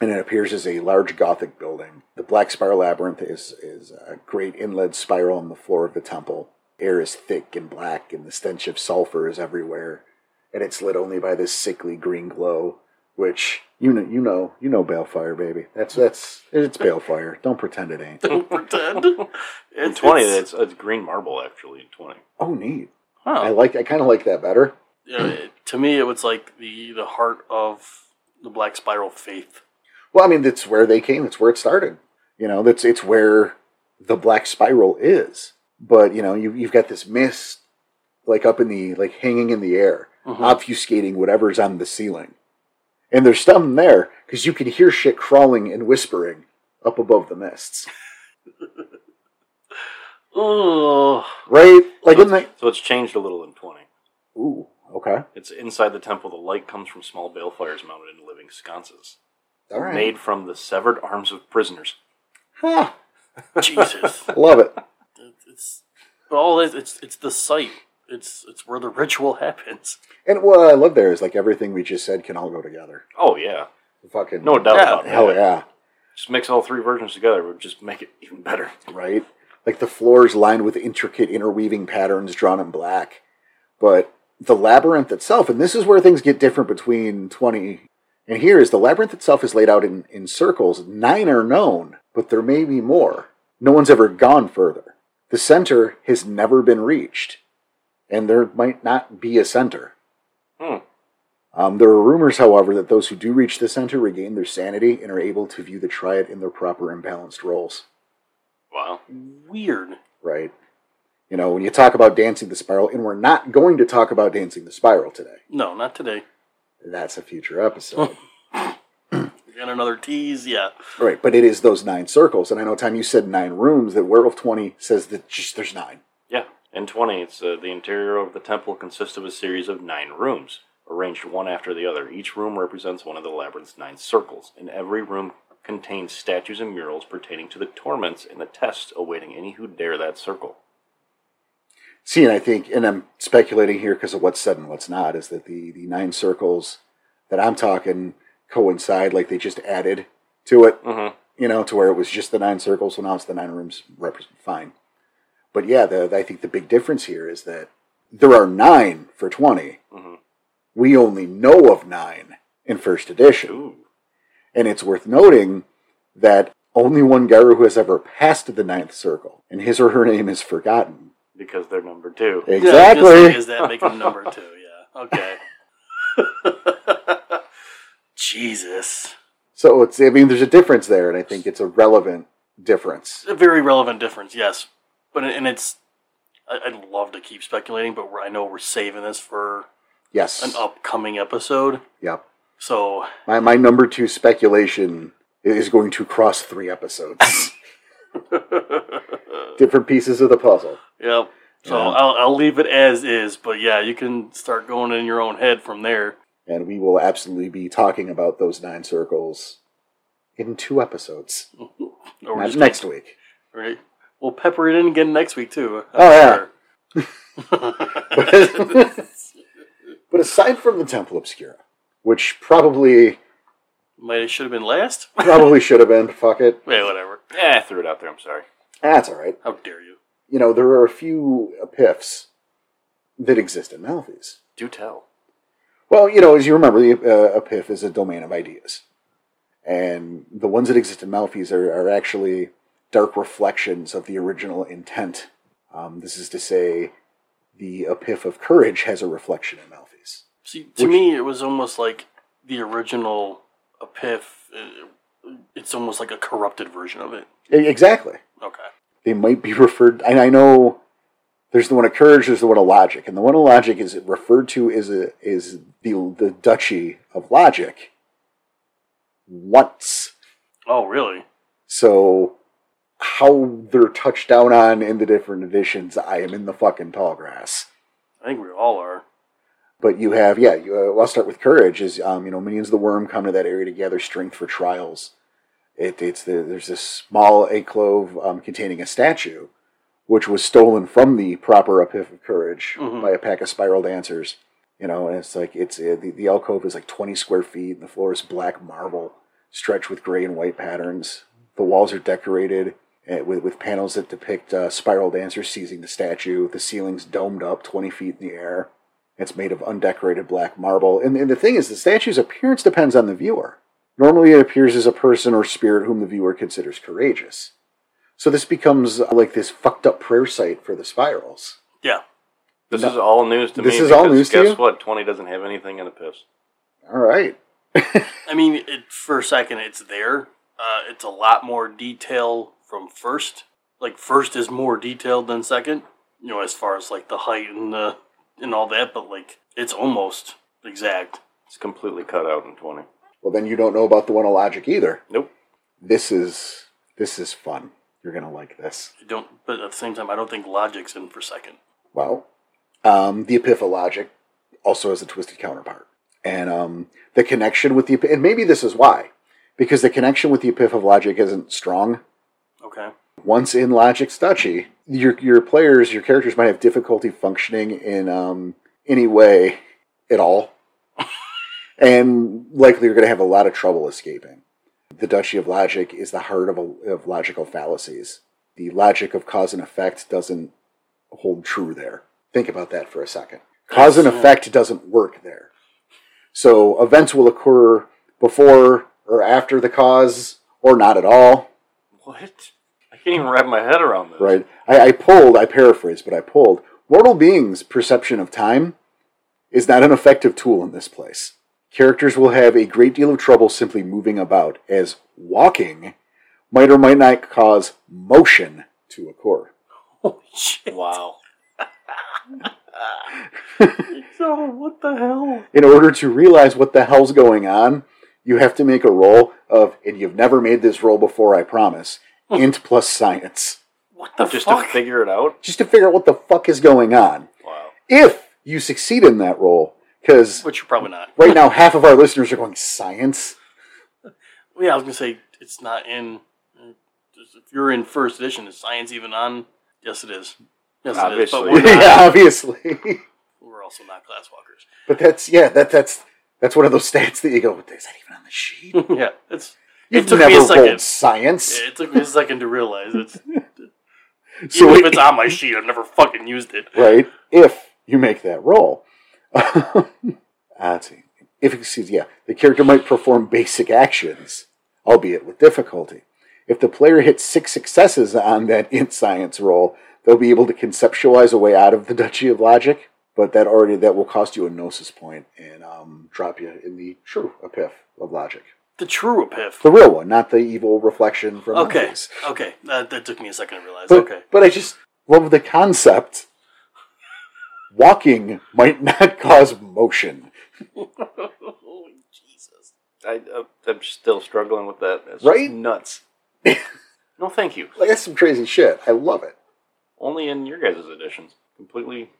A: and it appears as a large Gothic building. The Black Spiral Labyrinth is is a great inlaid spiral on the floor of the temple. Air is thick and black, and the stench of sulfur is everywhere, and it's lit only by this sickly green glow. Which you know, you know, you know, balefire, baby. That's that's it's balefire. Don't pretend it
B: *laughs*
A: ain't.
B: Don't pretend.
C: *laughs* In
B: It's,
C: twenty,
B: it's-
C: it's, it's green marble actually. In twenty,
A: Oh, neat. I
C: huh?
A: like. I kind of like that better.
B: uh, to me, it was like the the heart of the Black Spiral faith.
A: Well, I mean, that's where they came. It's where it started. You know, that's it's where the black spiral is. But you know, you you've got this mist like up in the like hanging in the air,
C: Mm-hmm.
A: obfuscating whatever's on the ceiling. And there's something there because you can hear shit crawling and whispering up above the mists,
B: Oh,
A: right? Like in the
C: So it's changed a little in twenty.
A: ooh, okay,
C: It's inside the temple. The light comes from small balefires mounted in living sconces,
A: all right,
C: made from the severed arms of prisoners.
A: Huh,
C: *laughs*
B: Jesus!
A: I love it.
B: it's but all it, it's it's the site. It's it's where the ritual *laughs* happens.
A: And what I love there is like everything we just said can all go together.
C: Oh yeah,
A: Fucking
C: no doubt
B: Yeah.
C: about that.
A: Hell yeah.
C: Just mix all three versions together would just make it even better.
A: right? Like the floors lined with intricate interweaving patterns drawn in black. But the labyrinth itself, and this is where things get different between 20 and here, is the labyrinth itself is laid out in, in circles. Nine are known, but there may be more. No one's ever gone further. The center has never been reached, and there might not be a center.
C: Hmm.
A: Um, there are rumors, however, that those who do reach the center regain their sanity and are able to view the triad in their proper and balanced roles.
C: Wow.
B: Weird.
A: right? You know, when you talk about dancing the spiral, and we're not going to talk about dancing the spiral today.
B: No, not today.
A: That's a future episode.
B: And another tease. Yeah.
A: right, but it is those nine circles. And I know, time you said nine rooms, that Werewolf 20 says that just there's nine.
C: Yeah. In 20, it's uh, the interior of the temple consists of a series of nine rooms, arranged one after the other. Each room represents one of the labyrinth's nine circles, and every room contains statues and murals pertaining to the torments and the tests awaiting any who dare that circle.
A: See, and I think, and I'm speculating here because of what's said and what's not, is that the, the nine circles that I'm talking coincide, like they just added to it,
C: Mhm.
A: you know, to where it was just the nine circles, so now it's the nine rooms, represent, fine. But yeah, the, I think the big difference here is that there are nine for 20.
C: Mhm.
A: We only know of nine in first edition.
C: Ooh.
A: And it's worth noting that only one Garu has ever passed the ninth circle, and his or her name is forgotten.
C: Because they're number two.
A: Eh. Exactly.
B: Yeah, just, is that
C: *laughs*
B: making number two? Yeah. Okay.
C: *laughs*
B: *laughs* Jesus.
A: So it's I mean there's a difference there, and I think it's a relevant difference.
B: A very relevant difference, yes. But and it's I, I'd love to keep speculating, but we're, I know we're saving this for
A: Yes.
B: an upcoming episode.
A: Yep.
B: So
A: My my number two speculation is going to cross three
B: *laughs*
A: episodes. Different pieces of the puzzle.
B: yep. So
A: Yeah.
B: I'll, I'll leave it as is, but yeah, you can start going in your own head from there.
A: And we will absolutely be talking about those nine circles in two episodes.
B: Or
A: Not
B: just-
A: next week. *laughs*
B: right? We'll pepper it in again next week too.
A: Oh,
B: I'm
A: yeah.
B: sure.
A: but aside from the Temple Obscura, which probably
B: Might should have been last. *laughs*
A: probably should have been, but fuck it.
B: Wait, whatever.
C: Yeah, I threw it out there. I'm sorry.
A: That's alright.
B: How dare you?
A: You know, there are a few epiphs that exist in Maltese.
C: Do tell.
A: Well, you know, as you remember, the, uh, a PIF is a domain of ideas. And the ones that exist in Malfees are, are actually dark reflections of the original intent. Um, this is to say, the Epiph of Courage has a reflection in Malfees.
B: See, to
A: Which-
B: me, it was almost like the original Epiph. uh, It's almost like a corrupted version of it.
A: E- Exactly.
B: Okay.
A: They might be *laughs* referred, and I know there's the one of Courage, there's the one of Logic. And the one of Logic is referred to as, a, is the, the Duchy of Logic once.
B: Oh, really?
A: So how they're touched down on in the different editions, I am in the fucking tall grass.
B: I think we all are.
A: But you have, yeah, you, uh, well, I'll start with courage. Is um, you know, minions of the worm come to that area to gather strength for trials. It, it's the, there's this small aclove um, containing a statue, which was stolen from the proper Epiph of Courage by a pack of spiral dancers. You know, and it's like it's uh, the, the alcove is like 20 square feet, and the floor is black marble stretched with gray and white patterns. The walls are decorated uh, with, with panels that depict uh, spiral dancers seizing the statue. The ceiling's domed up 20 feet in the air. It's made of undecorated black marble. And, and the thing is, the statue's appearance depends on the viewer. Normally, it appears as a person or spirit whom the viewer considers courageous. So this becomes uh, like this fucked up prayer site for the spirals.
B: Yeah.
C: This is all news to me.
A: This is all
C: because
A: news to
C: Guess
A: you?
C: what? Twenty doesn't have anything in a piss.
A: All right.
B: I mean, it, for a second, it's there. Uh, it's a lot more detail from first. Like first is more detailed than second. You know, as far as like the height and the and all that, but like it's almost exact.
C: It's completely cut out in twenty.
A: Well, then you don't know about the one of logic either.
C: Nope.
A: This is this is fun. You're gonna like this.
B: I don't, but at the same time, I don't think logic's in for second.
A: Well, um, the Epiphalogic also has a twisted counterpart, and um, the connection with the Epi- and maybe this is why, because the connection with the Epiphalogic isn't strong.
B: Okay.
A: Once in Logic's duchy, your your players, your characters might have difficulty functioning in um, any way at all, *laughs* and likely you're going to have a lot of trouble escaping. The duchy of logic is the heart of, of logical fallacies. The logic of cause and effect doesn't hold true there. Think about that for a second. Cause and effect doesn't work there. So events will occur before or after the cause, or not at all.
C: What? I can't even wrap my head around this.
A: Right. I, I pulled, I paraphrased, but I pulled. Mortal beings' perception of time is not an effective tool in this place. Characters will have a great deal of trouble simply moving about, as walking might or might not cause motion to occur.
B: *laughs* Holy shit.
C: Wow.
B: So what the hell?
A: In order to realize what the hell's going on, you have to make a roll of, and you've never made this roll before, I promise, int plus science.
B: What the
C: Just
B: fuck?
C: to figure it out.
A: Just to figure out what the fuck is going on.
C: Wow.
A: If you succeed in that roll, because
B: Which you're probably not.
A: right now half of our listeners are going
B: *laughs*
A: science
B: Well, yeah, I was gonna say it's not in. If you're in first edition, is science even on? Yes, it is. Yes, it is. But
C: Obviously.
B: we're, not,
A: yeah obviously *laughs*
B: we're also not class walkers.
A: but that's yeah that that's that's one of those stats that you go is that even on the
B: *laughs*
A: sheet
B: *laughs* yeah, it's.
A: you've
B: it took
A: never
B: me a second.
A: rolled science
B: It took me a second to realize
A: *laughs*
B: it's.
A: so
B: even if
A: it-
B: it's on my sheet, I've never fucking used it.
A: right if you make that *laughs* roll uh, let's see if it succeeds yeah the character might perform basic actions albeit with difficulty if the player hits six successes on that int science roll they'll be able to conceptualize a way out of the duchy of logic but that already that will cost you a gnosis point and um, drop you in the true epiph of logic
B: The true epiph.
A: the real one not the evil reflection from
B: Okay,
A: Hades.
B: okay, that, that took me a second to realize.
A: But,
B: okay, *laughs*
A: but I just love the concept. Walking might *laughs* not cause motion.
B: holy Jesus!
C: I, uh, I'm still struggling with that. That's
A: Right?
C: just nuts.
B: *laughs*
C: no, thank you.
A: Like that's some crazy shit. I love it.
C: Only in your guys' editions. Completely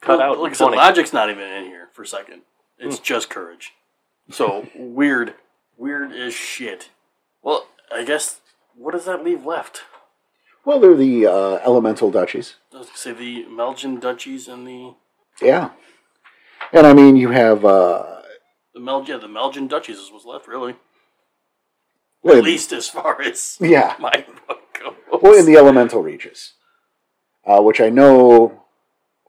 C: cut out.
B: Like I
C: in
B: said,
C: 20.
B: logic's not even in here for a second. It's just courage. So weird, weird as shit. Well, I guess what does that leave left?
A: Well, they're the uh, elemental duchies.
B: I was gonna say the Melgian duchies and the
A: Yeah, and I mean you have uh,
B: the Mel yeah, the Melgian duchies is what's left really.
A: well,
B: At least as far as *laughs*
A: yeah.
B: my book goes.
A: Well, in the elemental reaches, uh, which I know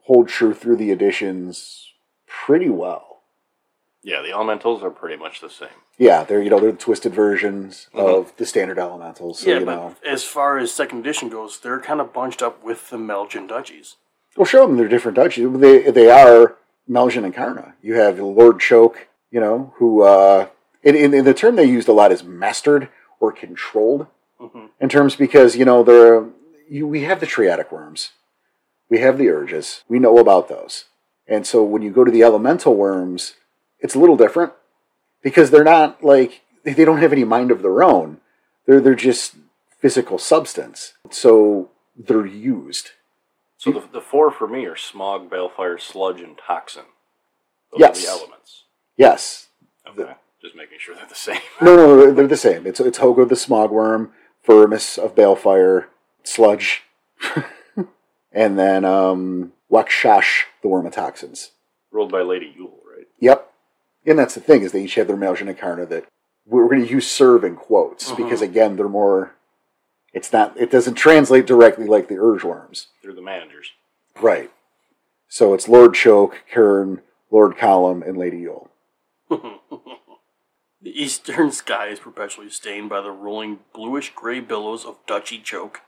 A: hold true through the editions pretty well.
C: yeah, the elementals are pretty much the same.
A: Yeah, they're you know they're the twisted versions of the standard elementals. So,
B: yeah,
A: you
B: but
A: know,
B: as far as second edition goes, they're kind of bunched up with the Melgian duchies.
A: Well, show them they're different duchies. They they are Meljan and Karna. You have Lord Choke, you know, who uh, in, in, in the term they used a lot is mastered or controlled
B: Mhm.
A: in terms because you know they're you, we have the triadic worms, we have the urges, we know about those, and so when you go to the elemental worms, it's a little different because they're not like they don't have any mind of their own. They're they're just physical substance. So they're used.
C: So the, the four for me are smog, balefire, sludge, and toxin. Those
A: Yes.
C: are the elements.
A: Yes.
C: Okay. Just making sure they're the *laughs* same.
A: No, no, no, they're the same. It's it's Hogo the Smogworm, Vermis of Balefire, Sludge, *laughs* and then um, Wakshash, the Worm of Toxins.
C: Ruled by Lady Yule, right?
A: Yep. And that's the thing is they each have their Meljan Incarna that we're going to use serve in quotes because again they're more. It's not. It doesn't translate directly like the Urge Worms,
C: They're the managers.
A: right? So it's Lord Choke, Kern, Lord Column, and Lady Yule.
B: The eastern *laughs* sky is perpetually stained by the rolling bluish gray billows of Dutchy Choke.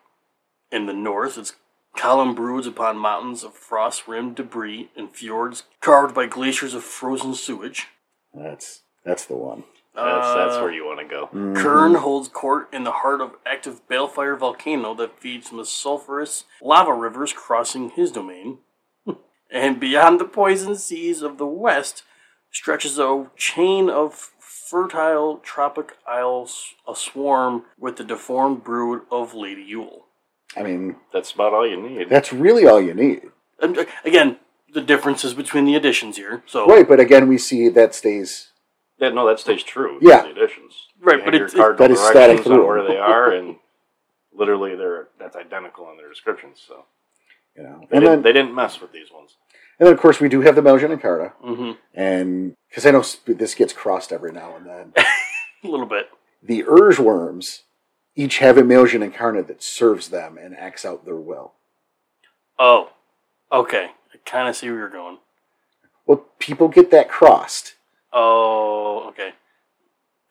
B: In the north, its column broods upon mountains of frost rimmed debris and fjords carved by glaciers of frozen sewage.
A: That's that's the one.
C: That's,
B: Uh,
C: that's where you want to go.
B: Kern holds court in the heart of active balefire volcano that feeds from the sulfurous lava rivers crossing his domain. *laughs* and beyond the poison seas of the west stretches a chain of fertile tropic isles aswarm with the deformed brood of Lady Yule.
A: I mean,
C: That's about all you need.
A: that's really all you need.
B: And uh, again, the differences between the additions here. So
A: Right, but again, we see that stays.
C: Yeah, no, that stays true.
A: Yeah.
C: The additions.
B: Right,
C: You
B: but
C: have your
B: it's-
A: That
C: cardinal
A: is static
C: directions on
A: rule. *laughs*
C: where they are, and literally, they're that's identical in their descriptions. So
A: You know,
C: they,
A: and
C: didn't,
A: then,
C: they didn't mess with these ones.
A: and then of course we do have the Meljan and Carta,
B: Mhm.
A: and because I know sp- this gets crossed every now and then.
C: *laughs*
B: a little bit.
A: the Urge Worms each have a Meljan incarnate that serves them and acts out their will.
B: Oh, okay. I kind of see where you're going.
A: Well, people get that crossed,
B: Oh, okay.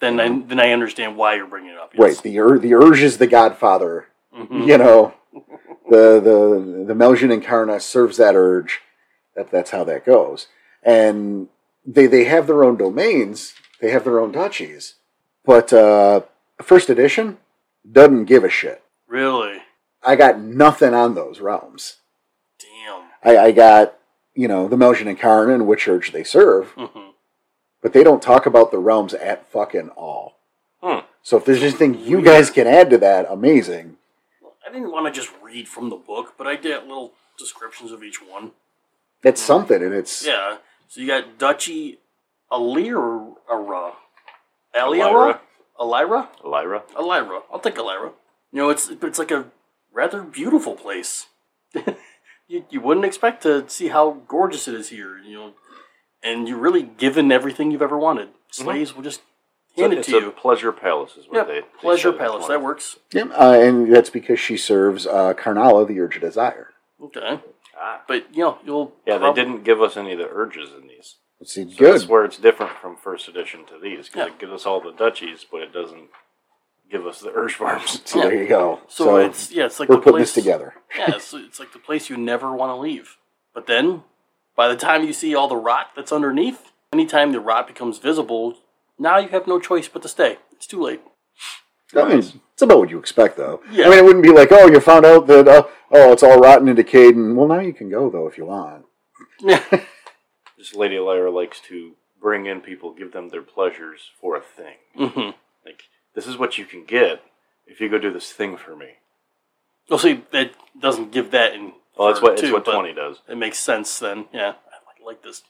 B: Then I then I understand why you're bringing it up. Mm-hmm.
A: right? The Ur- the Urge is the Godfather, you know. The the the Meljan incarna serves that urge. That that's how that goes. And they they have their own domains. They have their own duchies. But uh, first edition doesn't give a shit.
B: Really?
A: I got nothing on those realms.
B: Damn.
A: I, I got, you know, the Meljan and Karn and which urge they serve,
B: Mhm.
A: but they don't talk about the realms at fucking all.
C: Hmm.
A: So if there's anything you guys can add to that, amazing.
B: I didn't want to just read from the book, but I did little descriptions of each one.
A: That's something, and it's
B: Yeah. So you got Duchy Alira. Alira? Alira?
C: Lyra.
B: Alira. I'll take Alira. You know, it's it's like a rather beautiful place. *laughs* you, you wouldn't expect to see how gorgeous it is here, you know. And you're really given everything you've ever wanted. Slaves will just hand it
C: Mm-hmm. it's
B: to
C: a
B: you.
C: pleasure palace, is what
B: Yeah,
C: they, they
B: pleasure
C: said in the
B: palace. That
C: one.
B: works.
A: yeah, uh, and that's because she serves uh, Karnala, the urge of desire.
B: Okay,
C: Ah.
B: but you know you'll
C: Yeah,
B: prob-
C: they didn't give us any of the urges in these.
A: See,
C: So
A: good.
C: That's where it's different from first edition to these because
B: Yeah.
C: it gives us all the duchies, but it doesn't give us the urge farms.
A: So there you go.
B: So, it's yeah, it's like
A: we're
B: the
A: putting
B: place,
A: this together.
B: yeah, so it's like the place you never want to leave. But then, by the time you see all the rot that's underneath, anytime the rot becomes visible, now you have no choice but to stay. It's too late.
A: I mean, it's about what you expect, though.
B: Yeah.
A: I mean, it wouldn't be like, oh, you found out that, uh, oh, it's all rotten and decayed, and well, now you can go though if you want.
C: This Lady Lyra likes to bring in people, give them their pleasures for a thing.
B: mm-hmm.
C: Like, this is what you can get if you go do this thing for me.
B: *laughs* Well, see, that doesn't give that in.
C: Well, that's
B: for
C: what, that's
B: two,
C: what
B: but
C: 20 does.
B: It makes sense then. Yeah, I like this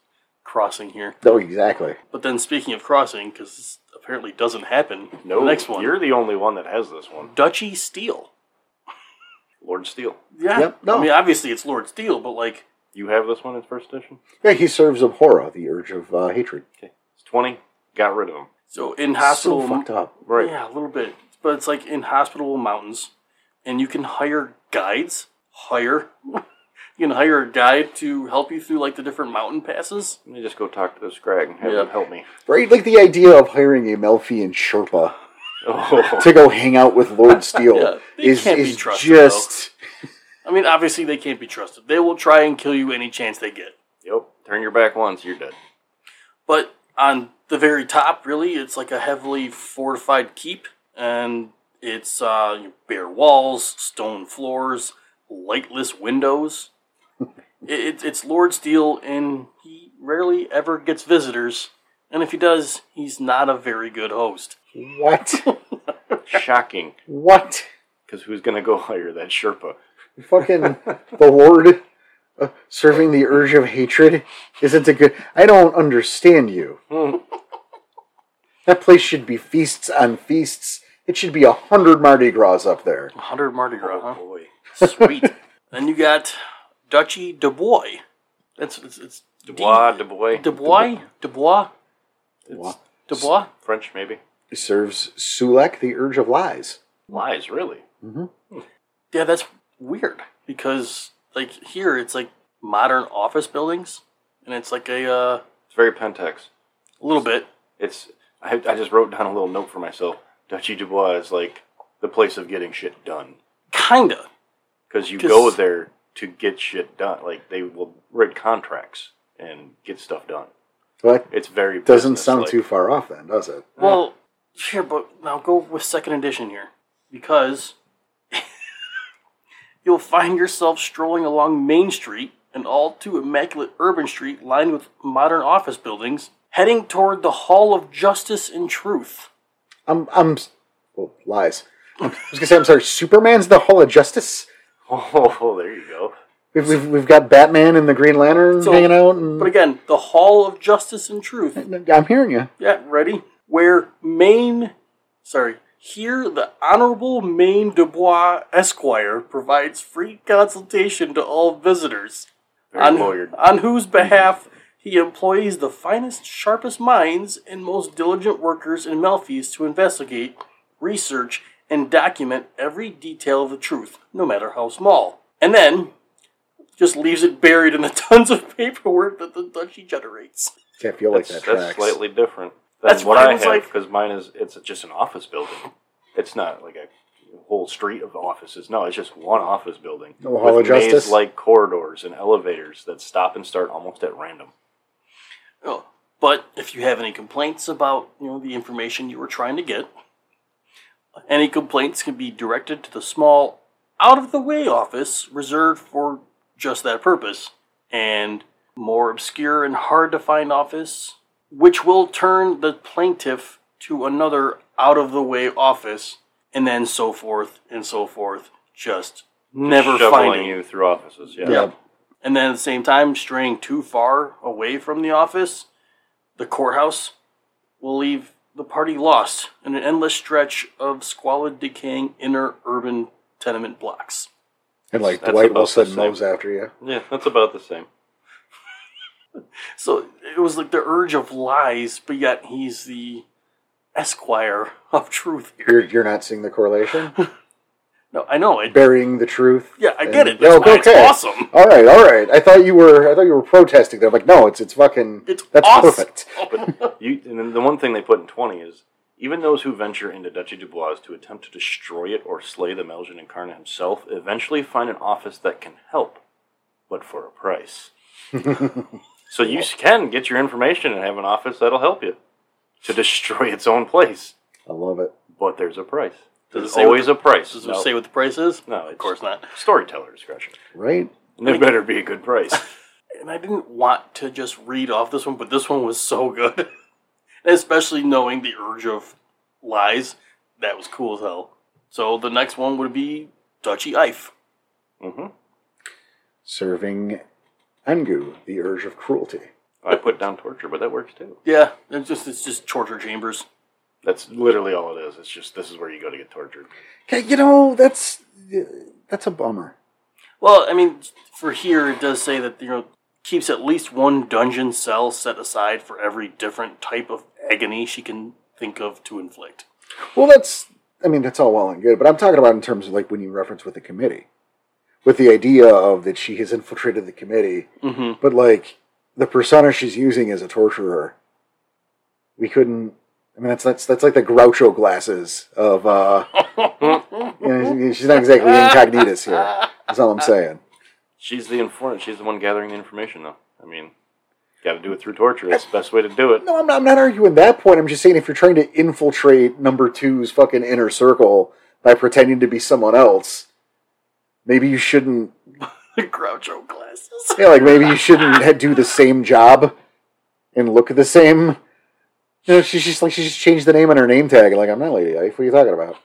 B: crossing here.
A: Oh, exactly.
B: But then, speaking of crossing, because this apparently doesn't happen.
C: No,
B: the next one,
C: You're the only one that has this one.
B: Duchy Steel.
C: Lord Steel.
B: Yeah.
A: Yep, no.
B: I mean, obviously it's Lord Steel, but like,
C: You have this one in first edition?
A: Yeah, he serves Abhora, the urge of uh, hatred.
C: Okay. It's 20. Got rid of them.
B: so in hospital,
A: so fucked up.
C: Right.
B: yeah, a little bit, but it's like in hospitable mountains, and you can hire guides. Hire, *laughs* you can hire a guide to help you through like the different mountain passes.
C: Let me just go talk to this Greg and have
B: Yeah.
C: him help
B: *laughs*
C: me.
A: Right, like the idea of hiring a Melfian Sherpa
C: Oh,
A: to go hang out with
B: *laughs*
A: Lord Steel
B: Yeah, they
A: is,
B: can't be
A: is
B: trusted,
A: just
B: I mean, obviously they can't be trusted. They will try and kill you any chance they get.
C: yep. Turn your back once, you're dead.
B: But on the very top, really, it's like a heavily fortified keep, and it's uh, bare walls, stone floors, lightless windows. it, it, it's Lord Steele, and he rarely ever gets visitors. And if he does, he's not a very good host.
A: what *laughs*
C: Shocking.
A: what
C: Because who's going to go *laughs* hire that Sherpa?
A: Fucking the word uh, serving the urge of hatred isn't a good. I don't understand you. That place should be feasts on feasts. It should be a hundred Mardi Gras up there.
B: 100 Mardi Gras, huh?
C: Boy.
B: *laughs* Sweet. then you got Duchy Dubois. That's it's, it's
C: Dubois, Dubois.
B: Dubois Dubois
C: It's
B: Dubois.
C: French, maybe.
A: It serves Sulek the urge of lies.
C: Lies, really.
B: Yeah, that's weird because like here it's like modern office buildings, and it's like a uh,
C: It's very Pentex.
B: a little bit.
C: It's. I, I just wrote down a little note for myself. Duchy Dubois is like the place of getting shit done.
B: Kinda.
C: Because you
B: 'Cause-
C: go there to get shit done. Like, they will read contracts and get stuff done.
A: Well, that
C: It's very.
A: doesn't sound
C: business-like.
A: too far off, then, does it?
B: Well, sure, but now go with second edition here because *laughs* you'll find yourself strolling along Main Street, an all too immaculate urban street lined with modern office buildings, heading toward the Hall of Justice and Truth.
A: I'm, I'm, s- well, lies.
C: *laughs*
A: I was gonna say, I'm sorry. Superman's the Hall of Justice.
C: *laughs* Oh, there you go.
A: We've, we've, we've got Batman and the Green Lantern
B: So-
A: hanging out. And,
B: But again, the Hall of Justice and Truth.
A: I'm hearing you.
B: Yeah, ready? Where Maine, sorry, here the Honorable Maine Dubois Esquire provides free consultation to all visitors.
C: Very
B: on,
C: lawyered.
B: on whose behalf he employs the finest, sharpest minds and most diligent workers in Melfi's to investigate, research, and document every detail of the truth, no matter how small. And then just leaves it buried in the *laughs* tons of paperwork that the duchy generates.
A: Yeah, I feel like
C: That's,
A: that
C: that's
A: tracks.
C: slightly different than
B: That's
C: what
B: why I
C: I
B: was
C: have
B: like-
C: because mine is it's just an office building. It's not like a whole street of offices. No, it's just one office building
A: No Hall of Justice?
C: like corridors and elevators that stop and start almost at random.
B: Oh, but if you have any complaints about you know the information you were trying to get, any complaints can be directed to the small, out of the way office reserved for just that purpose, and more obscure and hard to find office, which will turn the plaintiff to another out of the way office, and then so forth and so forth, just never
C: Shoveling
B: finding
C: you through offices. Yeah.
A: Yeah.
B: Yep. And then at the same time, straying too far away from the office, the courthouse will leave the party lost in an endless stretch of squalid, decaying inner urban tenement blocks.
A: and like
C: That's
A: Dwight
C: about
A: will send
C: the same.
A: mows after you.
C: Yeah, that's about the same.
B: So it was like the urge of lies, but yet he's the esquire *laughs* of truth here.
A: You're, you're not seeing the
B: *laughs*
A: correlation.
B: No, I know. I,
A: Burying the truth.
B: yeah, I get it.
A: And-
B: That's
A: Oh,
B: why it's awesome.
A: All right, all right. I thought you were. I thought you were protesting. I'm like, no, it's it's fucking.
B: It's
A: that's
B: awesome.
A: perfect.
C: But you, and then the one thing they put in 20 is even those who venture into Duchy Dubois to attempt to destroy it or slay the Meljan Incarnate himself eventually find an office that can help, but for a price. so you can get your information and have an office that'll help you to destroy its own place,
A: I love it.
C: but there's a price.
B: Does it
C: There's
B: say what
C: always
B: the-
C: a price.
B: Does it
C: No,
B: say what the price is?
C: no, it's
B: of course not.
C: Storyteller discretion.
A: Right?
C: And there better be a good price.
B: *laughs* and I didn't want to just read off this one, but this one was so good. *laughs* and especially knowing the urge of lies, that was cool as hell. So the next one would be Dutchy Ife.
C: hmm
A: Serving Engu the urge of cruelty.
C: I put down torture, but that works too.
B: Yeah, it's just it's just torture chambers.
C: That's literally all it is. It's just this is where you go to get tortured.
A: Okay, you know that's that's a bummer.
B: Well, I mean, for here it does say that you know keeps at least one dungeon cell set aside for every different type of agony she can think of to inflict. *laughs*
A: Well, that's. I mean, that's all well and good, but I'm talking about in terms of like when you reference with the committee, with the idea of that she has infiltrated the committee,
B: Mm-hmm.
A: but like the persona she's using is a torturer. We couldn't. I mean, that's that's that's like the Groucho glasses of. uh you know, She's not exactly incognitus here. That's all I'm saying.
C: She's the informant. She's the one gathering the information, though. I mean, got to do it through torture. That's the best way to do it.
A: No, I'm not, I'm not arguing that point. I'm just saying if you're trying to infiltrate number two's fucking inner circle by pretending to be someone else, maybe you shouldn't.
B: Groucho glasses.
A: Yeah, like maybe you shouldn't ha- do the same job and look the same. No, she's just like she just changed the name on her name tag. Like I'm not Lady Ike. What are you talking about?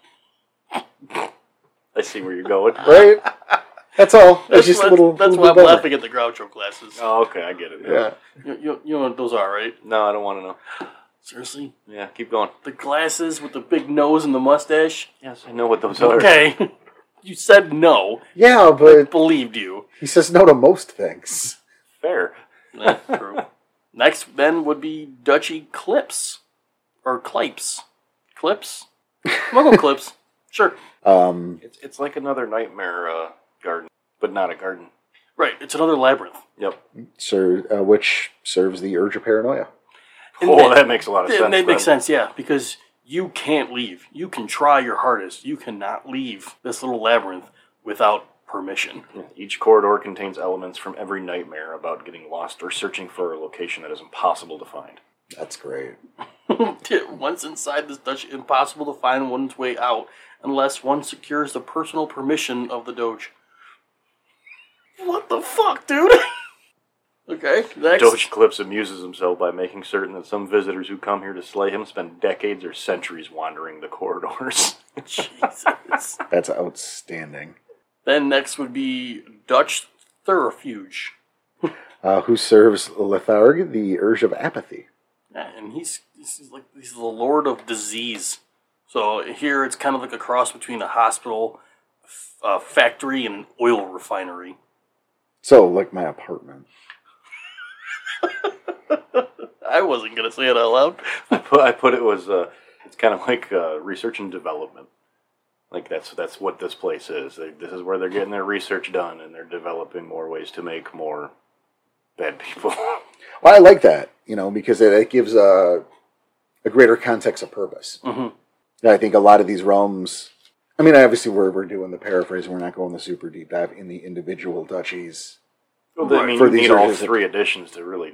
C: I see where you're going.
A: right?
B: *laughs*
A: That's all.
B: That's,
A: it's just
B: what-
A: a little.
B: that's
A: little
B: why I'm
A: bit better.
B: laughing at the Groucho glasses.
C: Oh, okay, I get it. now.
A: Yeah.
B: You, you, you know what those are, right?
C: No, I don't want to know.
B: Seriously?
C: Yeah, keep going.
B: The glasses with the big nose and the mustache?
C: Yes, I know what those are.
B: Okay. *laughs* you said no.
A: Yeah,
B: I
A: but
B: believed you.
A: he says no to most things.
C: Fair.
B: That's true. *laughs* Next then would be Dutchy Clips. Or Clipes. Clips? We'll
C: *laughs*
B: go Clips. Sure.
A: Um,
C: It's it's like another nightmare uh, garden, but not a garden.
B: Right, it's another labyrinth.
C: Yep.
A: sir, uh, which serves the urge of paranoia.
B: And
C: oh,
B: that-
C: that, makes a lot of
B: Th-
C: sense.
B: that makes
C: then.
B: sense, yeah, because you can't leave. You can try your hardest. You cannot leave this little labyrinth without permission.
C: Each corridor contains elements from every nightmare about getting lost or searching for a location that is impossible to find.
A: That's great.
B: *laughs* Once inside this Dutch, impossible to find one's way out unless one secures the personal permission of the Doge. What the fuck, dude? *laughs* okay, next.
C: Doge Clips amuses himself by making certain that some visitors who come here to slay him spend decades or centuries wandering the corridors.
B: *laughs*
C: *laughs*
B: Jesus.
A: That's outstanding.
B: then next would be Dutch Thurifuge.
A: Uh, who serves Letharg the urge of apathy?
B: Yeah, and he's, he's like he's the lord of disease. So here it's kind of like a cross between a hospital, f- a factory, and an oil refinery.
A: So, like my apartment.
B: I wasn't gonna say it out loud.
C: I put I put it was uh, it's kind of like uh, research and development. Like that's that's what this place is. They, this is where they're getting their research done and they're developing more ways to make more bad people. *laughs*
A: Well, I like that, you know, because it, it gives a a greater context of purpose.
C: Mm-hmm.
B: Mhm.
A: And I think a lot of these realms. I mean, obviously, we're we're doing the paraphrase. We're not going the super deep dive in the individual duchies.
C: Well, I mean,
A: For
C: you
A: these
C: need all
A: areas that-
C: three editions to really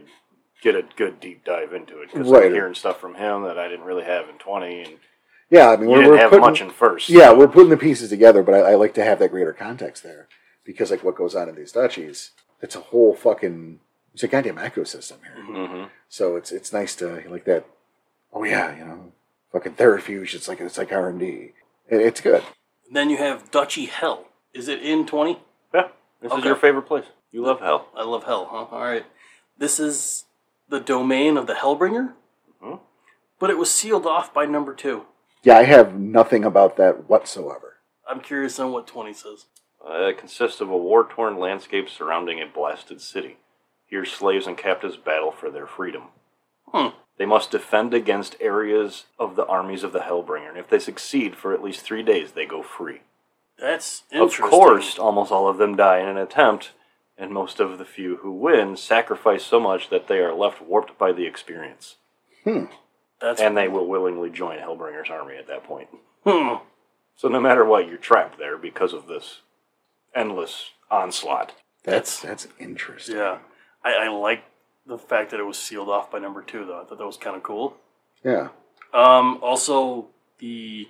C: get a good deep dive into it because
A: Right.
C: I'm hearing stuff from him that I didn't really have in twenty, and
A: Yeah, I mean,
C: you
A: we're,
C: didn't
A: we're
C: have
A: putting,
C: much in first.
A: yeah, we're putting the pieces together, but I, I like to have that greater context there because, like, what goes on in these duchies, it's a whole fucking it's a goddamn ecosystem here.
C: hmm
A: So it's it's nice to like that. Oh yeah, you know, fucking therafuge. It's like it's like R and D. It, it's good.
B: Then you have Dutchy Hell. Is it in twenty?
C: Yeah, this is
B: Okay.
C: your favorite place. You love hell.
B: I love Hell. Huh? All right, this is the domain of the Hellbringer,
C: Mhm.
B: but it was sealed off by number two.
A: Yeah, I have nothing about that whatsoever.
B: I'm curious on what twenty says.
C: Uh, it consists of a war-torn landscape surrounding a blasted city. Here, slaves and captives battle for their freedom.
B: Hmm.
C: They must defend against areas of the armies of the Hellbringer, and if they succeed for at least three days, they go free.
B: That's
C: Of
B: interesting.
C: course, almost all of them die in an attempt, and most of the few who win sacrifice so much that they are left warped by the experience,
B: That's
C: and they will willingly join Hellbringer's army at that point.
B: hmm.
C: So no matter what, you're trapped there because of this endless onslaught.
A: That's that's interesting.
B: Yeah, I, I like the fact that it was sealed off by number two, though. I thought that was kind of cool.
A: Yeah,
B: Um, also, the,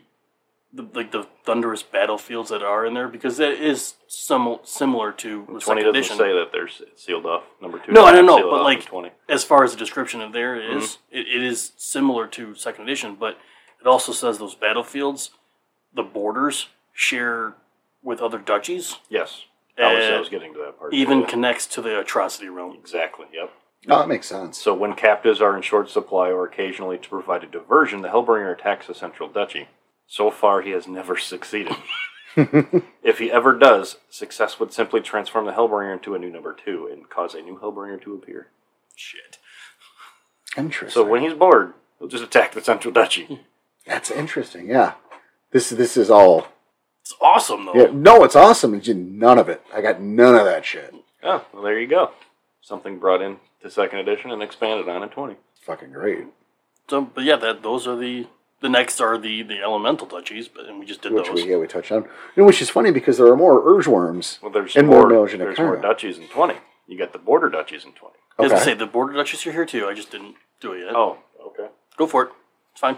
B: the like the thunderous battlefields that are in there because that is some similar to the
C: Twenty
B: second
C: doesn't
B: edition.
C: say that they're s- sealed off. Number two.
B: No, I don't
C: doesn't
B: know,
C: seal it
B: but
C: off in
B: like-
C: twenty.
B: As far as the description of there it is,
A: Mm-hmm.
B: it, it is similar to second edition, but it also says those battlefields, the borders share with other duchies,
C: Yes, I was, I
B: Uh,
C: was getting to that part.
B: even
C: Yeah.
B: connects to the atrocity realm.
C: exactly. Yep.
A: oh, that makes sense.
C: So when captives are in short supply or occasionally to provide a diversion, the Hellbringer attacks the Central Duchy. So far, he has never *laughs* succeeded.
B: *laughs*
C: if he ever does, success would simply transform the Hellbringer into a new number two and cause a new Hellbringer to appear.
B: Shit.
A: Interesting.
C: So when he's bored, he'll just attack the Central
A: Hmm.
C: Duchy.
A: that's interesting. Yeah, this this is all.
B: It's awesome though.
A: Yeah, no, it's awesome. It's just none of it. I got none of that shit.
C: oh, well, there you go. Something brought in to second edition and expanded on in 20.
A: Fucking great.
B: So, but yeah, that those are the the next are the the elemental duchies, but and we just did
A: Which
B: those.
A: we yeah we touched on, and which is funny because there are more urge worms.
C: Well, there's
A: And more
C: more,
A: Belgian
C: there's more
A: Akara.
C: duchies in 20. You got the border duchies in 20.
B: I was
A: Okay.
B: gonna say the border duchies are here too. I just didn't do it yet.
C: Oh, okay.
B: Go for it. It's fine.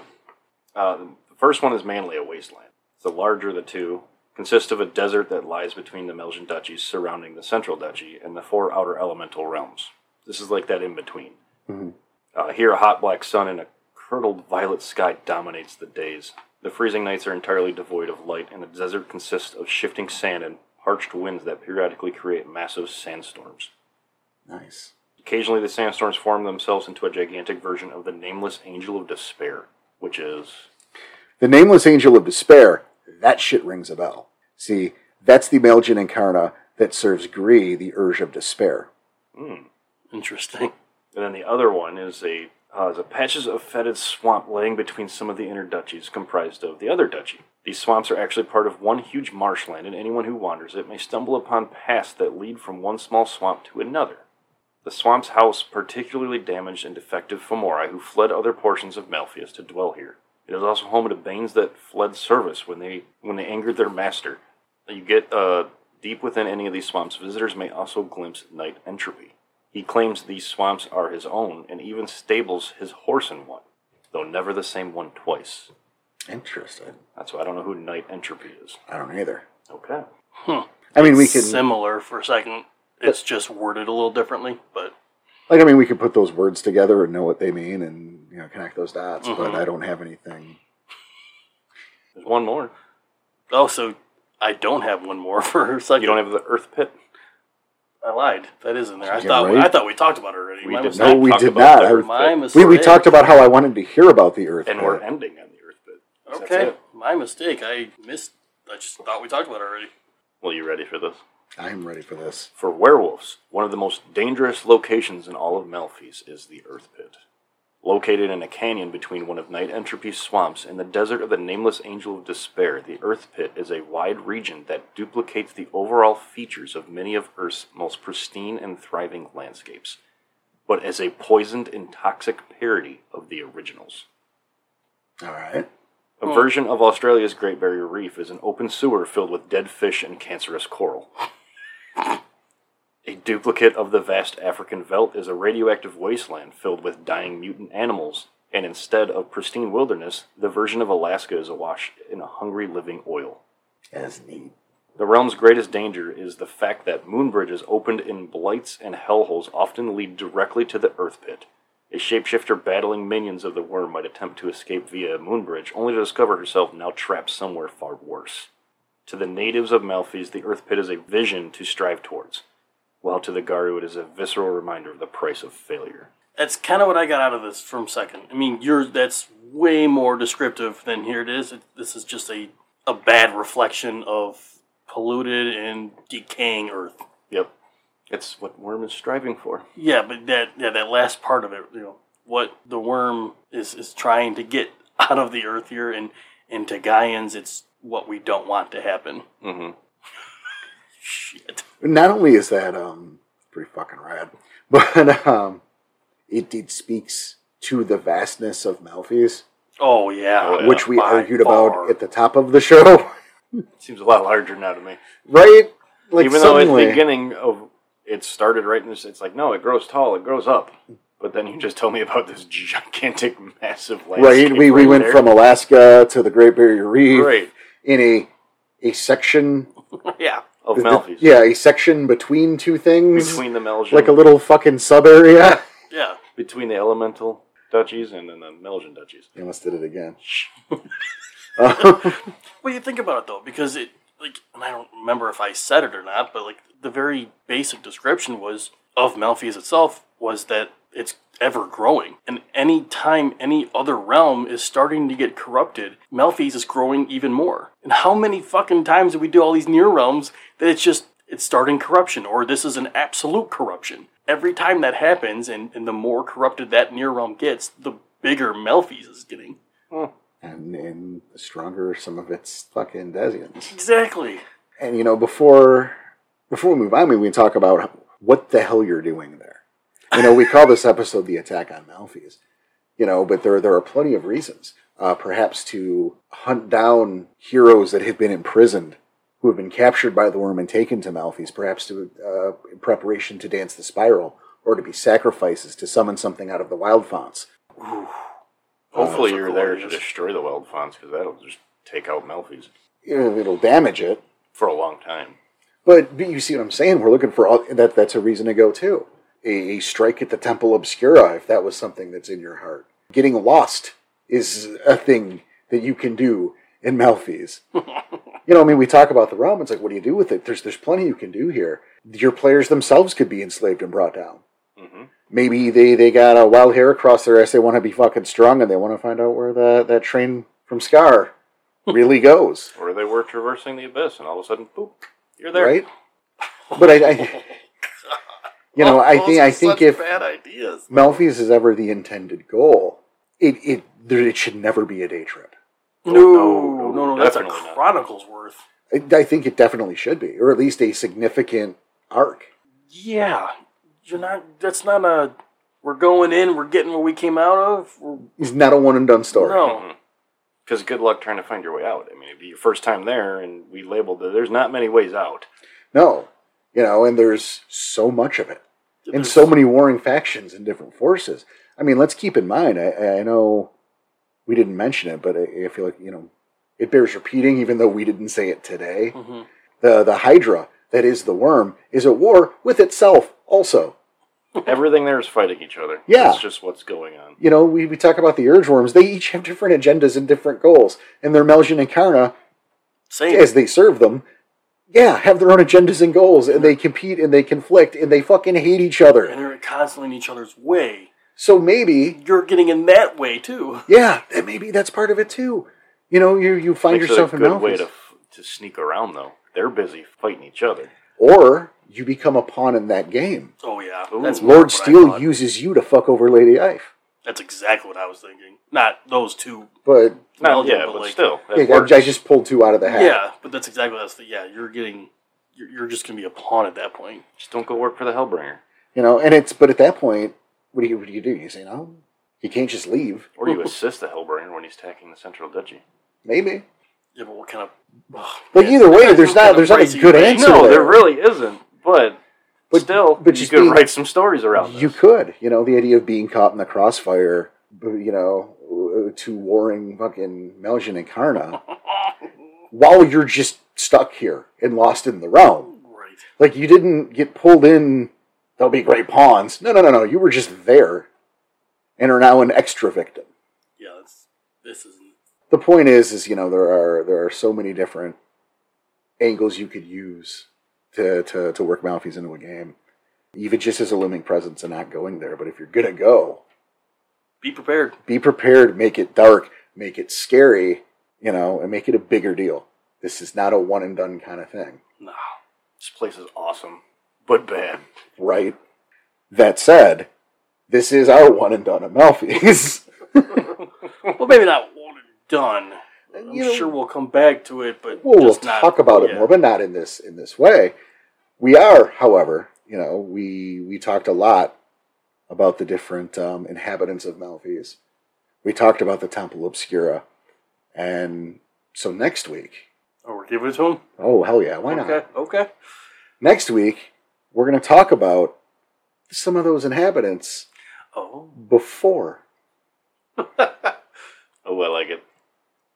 C: Uh, the first one is mainly a wasteland. The larger of the two consists of a desert that lies between the Melgian duchies surrounding the central duchy and the four outer elemental realms. This is like that in between. Uh, here, a hot black sun and a curdled violet sky dominates the days. The The freezing nights are entirely devoid of light, and the desert consists of shifting sand and parched winds that periodically create massive sandstorms.
A: Nice.
C: Occasionally, the sandstorms form themselves into a gigantic version of the nameless Angel of Despair, which is
A: The Nameless Angel of Despair, that shit rings a bell. See, that's the Maljin Incarna that serves Gree the Urge of Despair.
C: hmm,
B: Interesting.
C: And then the other one is a uh, is a patches of fetid swamp laying between some of the inner duchies, comprised of the other duchy. These swamps are actually part of one huge marshland, and anyone who wanders it may stumble upon paths that lead from one small swamp to another. The swamp's house particularly damaged and defective Fomori, who fled other portions of Malpheus to dwell here. It is also home to Banes that fled service when they when they angered their master. You get uh, deep within any of these swamps, visitors may also glimpse night entropy. He claims these swamps are his own and even stables his horse in one, though never the same one twice.
A: Interesting.
C: That's why I don't know who Night Entropy is.
A: I don't either.
C: Okay.
A: I mean, we can
B: Similar for a second. It's just worded a little differently, but
A: like I mean, we could put those words together and know what they mean and you know connect those dots.
C: Mm-hmm.
A: But I don't have anything.
C: There's one more.
B: also I don't have one more *laughs* for a second.
C: You don't have the Earth Pit.
B: I lied. That is in there. I
A: Yeah,
B: thought
A: right?
B: I thought we talked about it already.
C: We
B: Mine
C: did
B: was-
A: No,
C: not
A: we
C: talk
A: did
C: about
A: not.
C: the
A: I-
C: Earth
B: My
C: Pit.
A: we,
B: mistake.
A: we talked about how I wanted to hear about the Earth,
C: And
A: Pit.
C: we're ending on the Earth Pit. That's
B: Okay,
C: it.
B: my mistake. I missed. I just thought we talked about it already.
C: Well, you ready for this?
A: I'm ready for this.
C: For werewolves, one of the most dangerous locations in all of Malphite is the Earth Pit. Located in a canyon between one of Night Entropy's swamps and the desert of the Nameless Angel of Despair, the Earth Pit is a wide region that duplicates the overall features of many of Earth's most pristine and thriving landscapes, but as a poisoned and toxic parody of the originals.
A: All right.
C: A version of Australia's Great Barrier Reef is an open sewer filled with dead fish and cancerous coral. a duplicate of the vast African veldt is a radioactive wasteland filled with dying mutant animals, and instead of pristine wilderness, the version of Alaska is awash in a hungry living oil.
A: As neat.
C: The realm's greatest danger is the fact that moon bridges opened in blights and hellholes often lead directly to the Earth Pit. A shapeshifter battling minions of the worm might attempt to escape via a moon bridge, only to discover herself now trapped somewhere far worse. To the natives of Malphys, the Earth Pit is a vision to strive towards, while to the Garu it is a visceral reminder of the price of failure.
B: That's kind of what I got out of this from second. I mean, you're that's way more descriptive than here it is. It, this is just a a bad reflection of polluted and decaying Earth.
C: Yep. It's what Worm is striving for.
B: Yeah, but that yeah that last part of it, you know, what the worm is is trying to get out of the Earth here, and and to Gaians, it's what we don't want to happen.
C: Mm-hmm.
B: *laughs* Shit.
A: Not only is that um pretty fucking rad, *laughs* but um it it speaks to the vastness of Malphys,
B: Oh yeah.
C: Oh, yeah.
A: which we
B: by
A: argued
B: far.
A: about at the top of the show, *laughs*
C: Seems a lot larger now to me.
A: right? Like
C: Even though
A: suddenly-
C: at the beginning of it started right in this, it's like no, it grows tall, it grows up. But then you just told me about this gigantic, massive landscape.
A: right? We we went
C: there.
A: from Alaska to the Great Barrier Reef
C: right
A: in a a section,
B: yeah.
C: of Malphys
A: yeah, a section between two things,
C: between the Melgian,
A: like a little fucking sub area.
B: Yeah.
C: between the elemental duchies and then the Melgian duchies.
A: I almost did it again.
B: Well, you think about it though, because it like, and I don't remember if I said it or not, but like the very basic description was of Malphys itself was that it's ever growing, and any time any other realm is starting to get corrupted, Malphys is growing even more. And how many fucking times do we do all these near realms that it's just it's starting corruption, or this is an absolute corruption. Every time that happens, and, and the more corrupted that near realm gets, the bigger Malphys is getting.
A: And, and the stronger some of its fucking Desians.
B: Exactly.
A: And you know, before before we move on, I mean, we can talk about what the hell you're doing there. You know, we call this episode the attack on Malphys. You know, but there there are plenty of reasons, uh, perhaps to hunt down heroes that have been imprisoned, who have been captured by the worm and taken to Malphys, perhaps to uh, in preparation to dance the spiral, or to be sacrifices to summon something out of the wild fonts.
C: Hopefully,
B: those are
C: you're there to
B: glorious.
C: destroy the wild fonts because that'll just take out Melphys
A: You know, it'll damage it,
C: for a long time.
A: But, but you see what I'm saying? We're looking for all that. That's a reason to go too. A, a strike at the Temple Obscura, if that was something that's in your heart. Getting lost is a thing that you can do in Malfeas. you know, I mean, we talk about the realm. It's like, what do you do with it? There's there's plenty you can do here. Your players themselves could be enslaved and brought down. Maybe they they got a wild hair across their ass. They want to be fucking strong, and they want to find out where that that train from Scar really goes.
C: Or they were traversing the abyss, and all of a sudden, boop, you're there.
A: Right? But I,
B: *laughs*
A: I you know, I
B: Those
A: think
B: are
A: I think
B: such
A: if
B: bad ideas.
A: Malfeas is ever the intended goal, it it there, it should never be a day trip.
B: No,
C: no,
B: no,
C: no,
B: no, that's a
C: definitely not.
B: Chronicles worth.
A: I, I think it definitely should be, or at least a significant arc.
B: Yeah, you're not. That's not a. We're going in. We're getting where we came out of. We're,
A: It's not a one and done story.
B: no,
C: Because good luck trying to find your way out. I mean, it'd be your first time there, and we labeled that there's not many ways out.
A: No. You know, and there's so much of it. and
B: There's-
A: so many warring factions and different forces. I mean, let's keep in mind, I, I know we didn't mention it, but I, I feel like, you know, it bears repeating, even though we didn't say it today.
B: Mm-hmm.
A: The, the Hydra, that is the worm, is at war with itself also.
C: Everything there is fighting each other.
A: Yeah.
C: That's just what's going on.
A: You know, we, we talk about the urge worms, they each have different agendas and different goals. And their Melgian and Karna,
B: same.
A: as they serve them, yeah, have their own agendas and goals, and they compete and they conflict and they fucking hate each
B: and
A: other.
B: they're constantly in each other's way.
A: So maybe
B: You're getting in that way too.
A: Yeah, that maybe that's part of it too. You know, you you find
C: Makes it
A: yourself
C: a
A: in
C: good way to,
A: Malphite,
C: f- to sneak around, though. They're busy fighting each other.
A: or you become a pawn in that game.
B: Oh yeah,
C: Ooh.
B: that's more
A: Lord
B: what I
A: Steel
B: thought.
A: uses you to fuck over Lady Ife,
B: That's exactly what I was thinking. Not those two.
A: but
C: Not
B: Melgian,
C: yeah, but,
B: like-
C: still. that
A: yeah, I,
C: works.
A: I just pulled two out of the hat.
B: Yeah, but that's exactly what I was thinking. Yeah, you're getting. You're, you're just gonna be a pawn at that point.
C: Just don't go work for the Hellbringer.
A: you know, and it's but at that point, what do you what do you do? You say no, you can't just leave. *laughs*
C: Or you assist the Hellbringer when he's attacking the Central Duchy.
A: Maybe,
B: Yeah, but what kind of? ugh,
A: but
B: man,
A: either way,
B: that's
A: there's
B: kind
A: not
B: of
A: there's not a
B: pricey,
A: good
B: right?
A: answer.
C: No, there
A: there
C: really isn't. But,
A: But-
C: still,
A: but
C: you
A: just
C: could
A: being-
C: write some stories around this.
A: You could, you know, the idea of being caught in the crossfire, b- you know, uh, to warring fucking Melgian and
C: *laughs*
A: Karna, while you're just stuck here and lost in the realm.
B: Right.
A: Like you didn't get pulled in. They'll be great pawns. No, no, no, no. You were just there, and are now an extra victim.
B: Yeah, that's, this isn't.
A: The point is, is you know, there are there are so many different angles you could use to to to work Malphys into a game, even just as a looming presence and not going there. But if you're gonna go,
B: Be prepared.
A: be prepared, make it dark, make it scary, you know, and make it a bigger deal. This is not a one and done kind of thing,
B: No.
C: This place is awesome, but bad.
A: right? That said, this is our one and done Amalfi's.
B: *laughs*
A: *laughs*
B: Well, maybe not one and done. I'm
A: You know-
B: sure we'll come back to it, but
A: we'll, we'll
B: just not-
A: talk about it
B: yeah.
A: more, but not in this in this way. We are, however, you know, we we talked a lot about the different um, inhabitants of Malphis. We talked about the Temple Obscura, and so next week,
B: Oh, we're giving it to him.
A: oh hell yeah, why not?
B: Okay. Okay.
A: next week we're going to talk about some of those inhabitants
B: Oh.
A: before
C: Oh, I like it.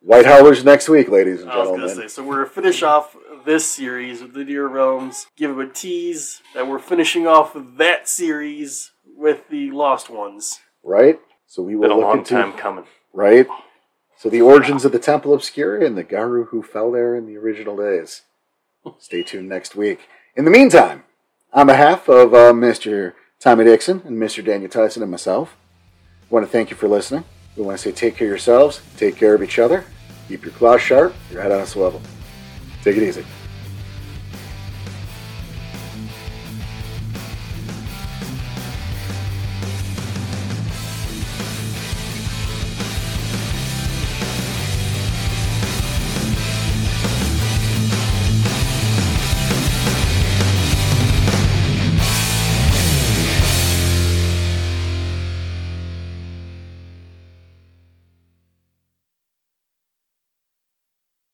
A: white howlers next week ladies and
B: I was gonna
A: gentlemen
B: say. So we're gonna finish off this series with the Deer Realms. Give him a tease that we're finishing off that series with the Lost Ones.
A: right so we will
C: Been a
A: look
C: long
A: into
C: time coming.
A: right so the origins of the temple obscura and the garu who fell there in the original days stay tuned next week in the meantime on behalf of uh, mr tommy dixon and mr daniel tyson and myself we want to thank you for listening we want to say take care of yourselves take care of each other keep your claws sharp your head on a swivel take it easy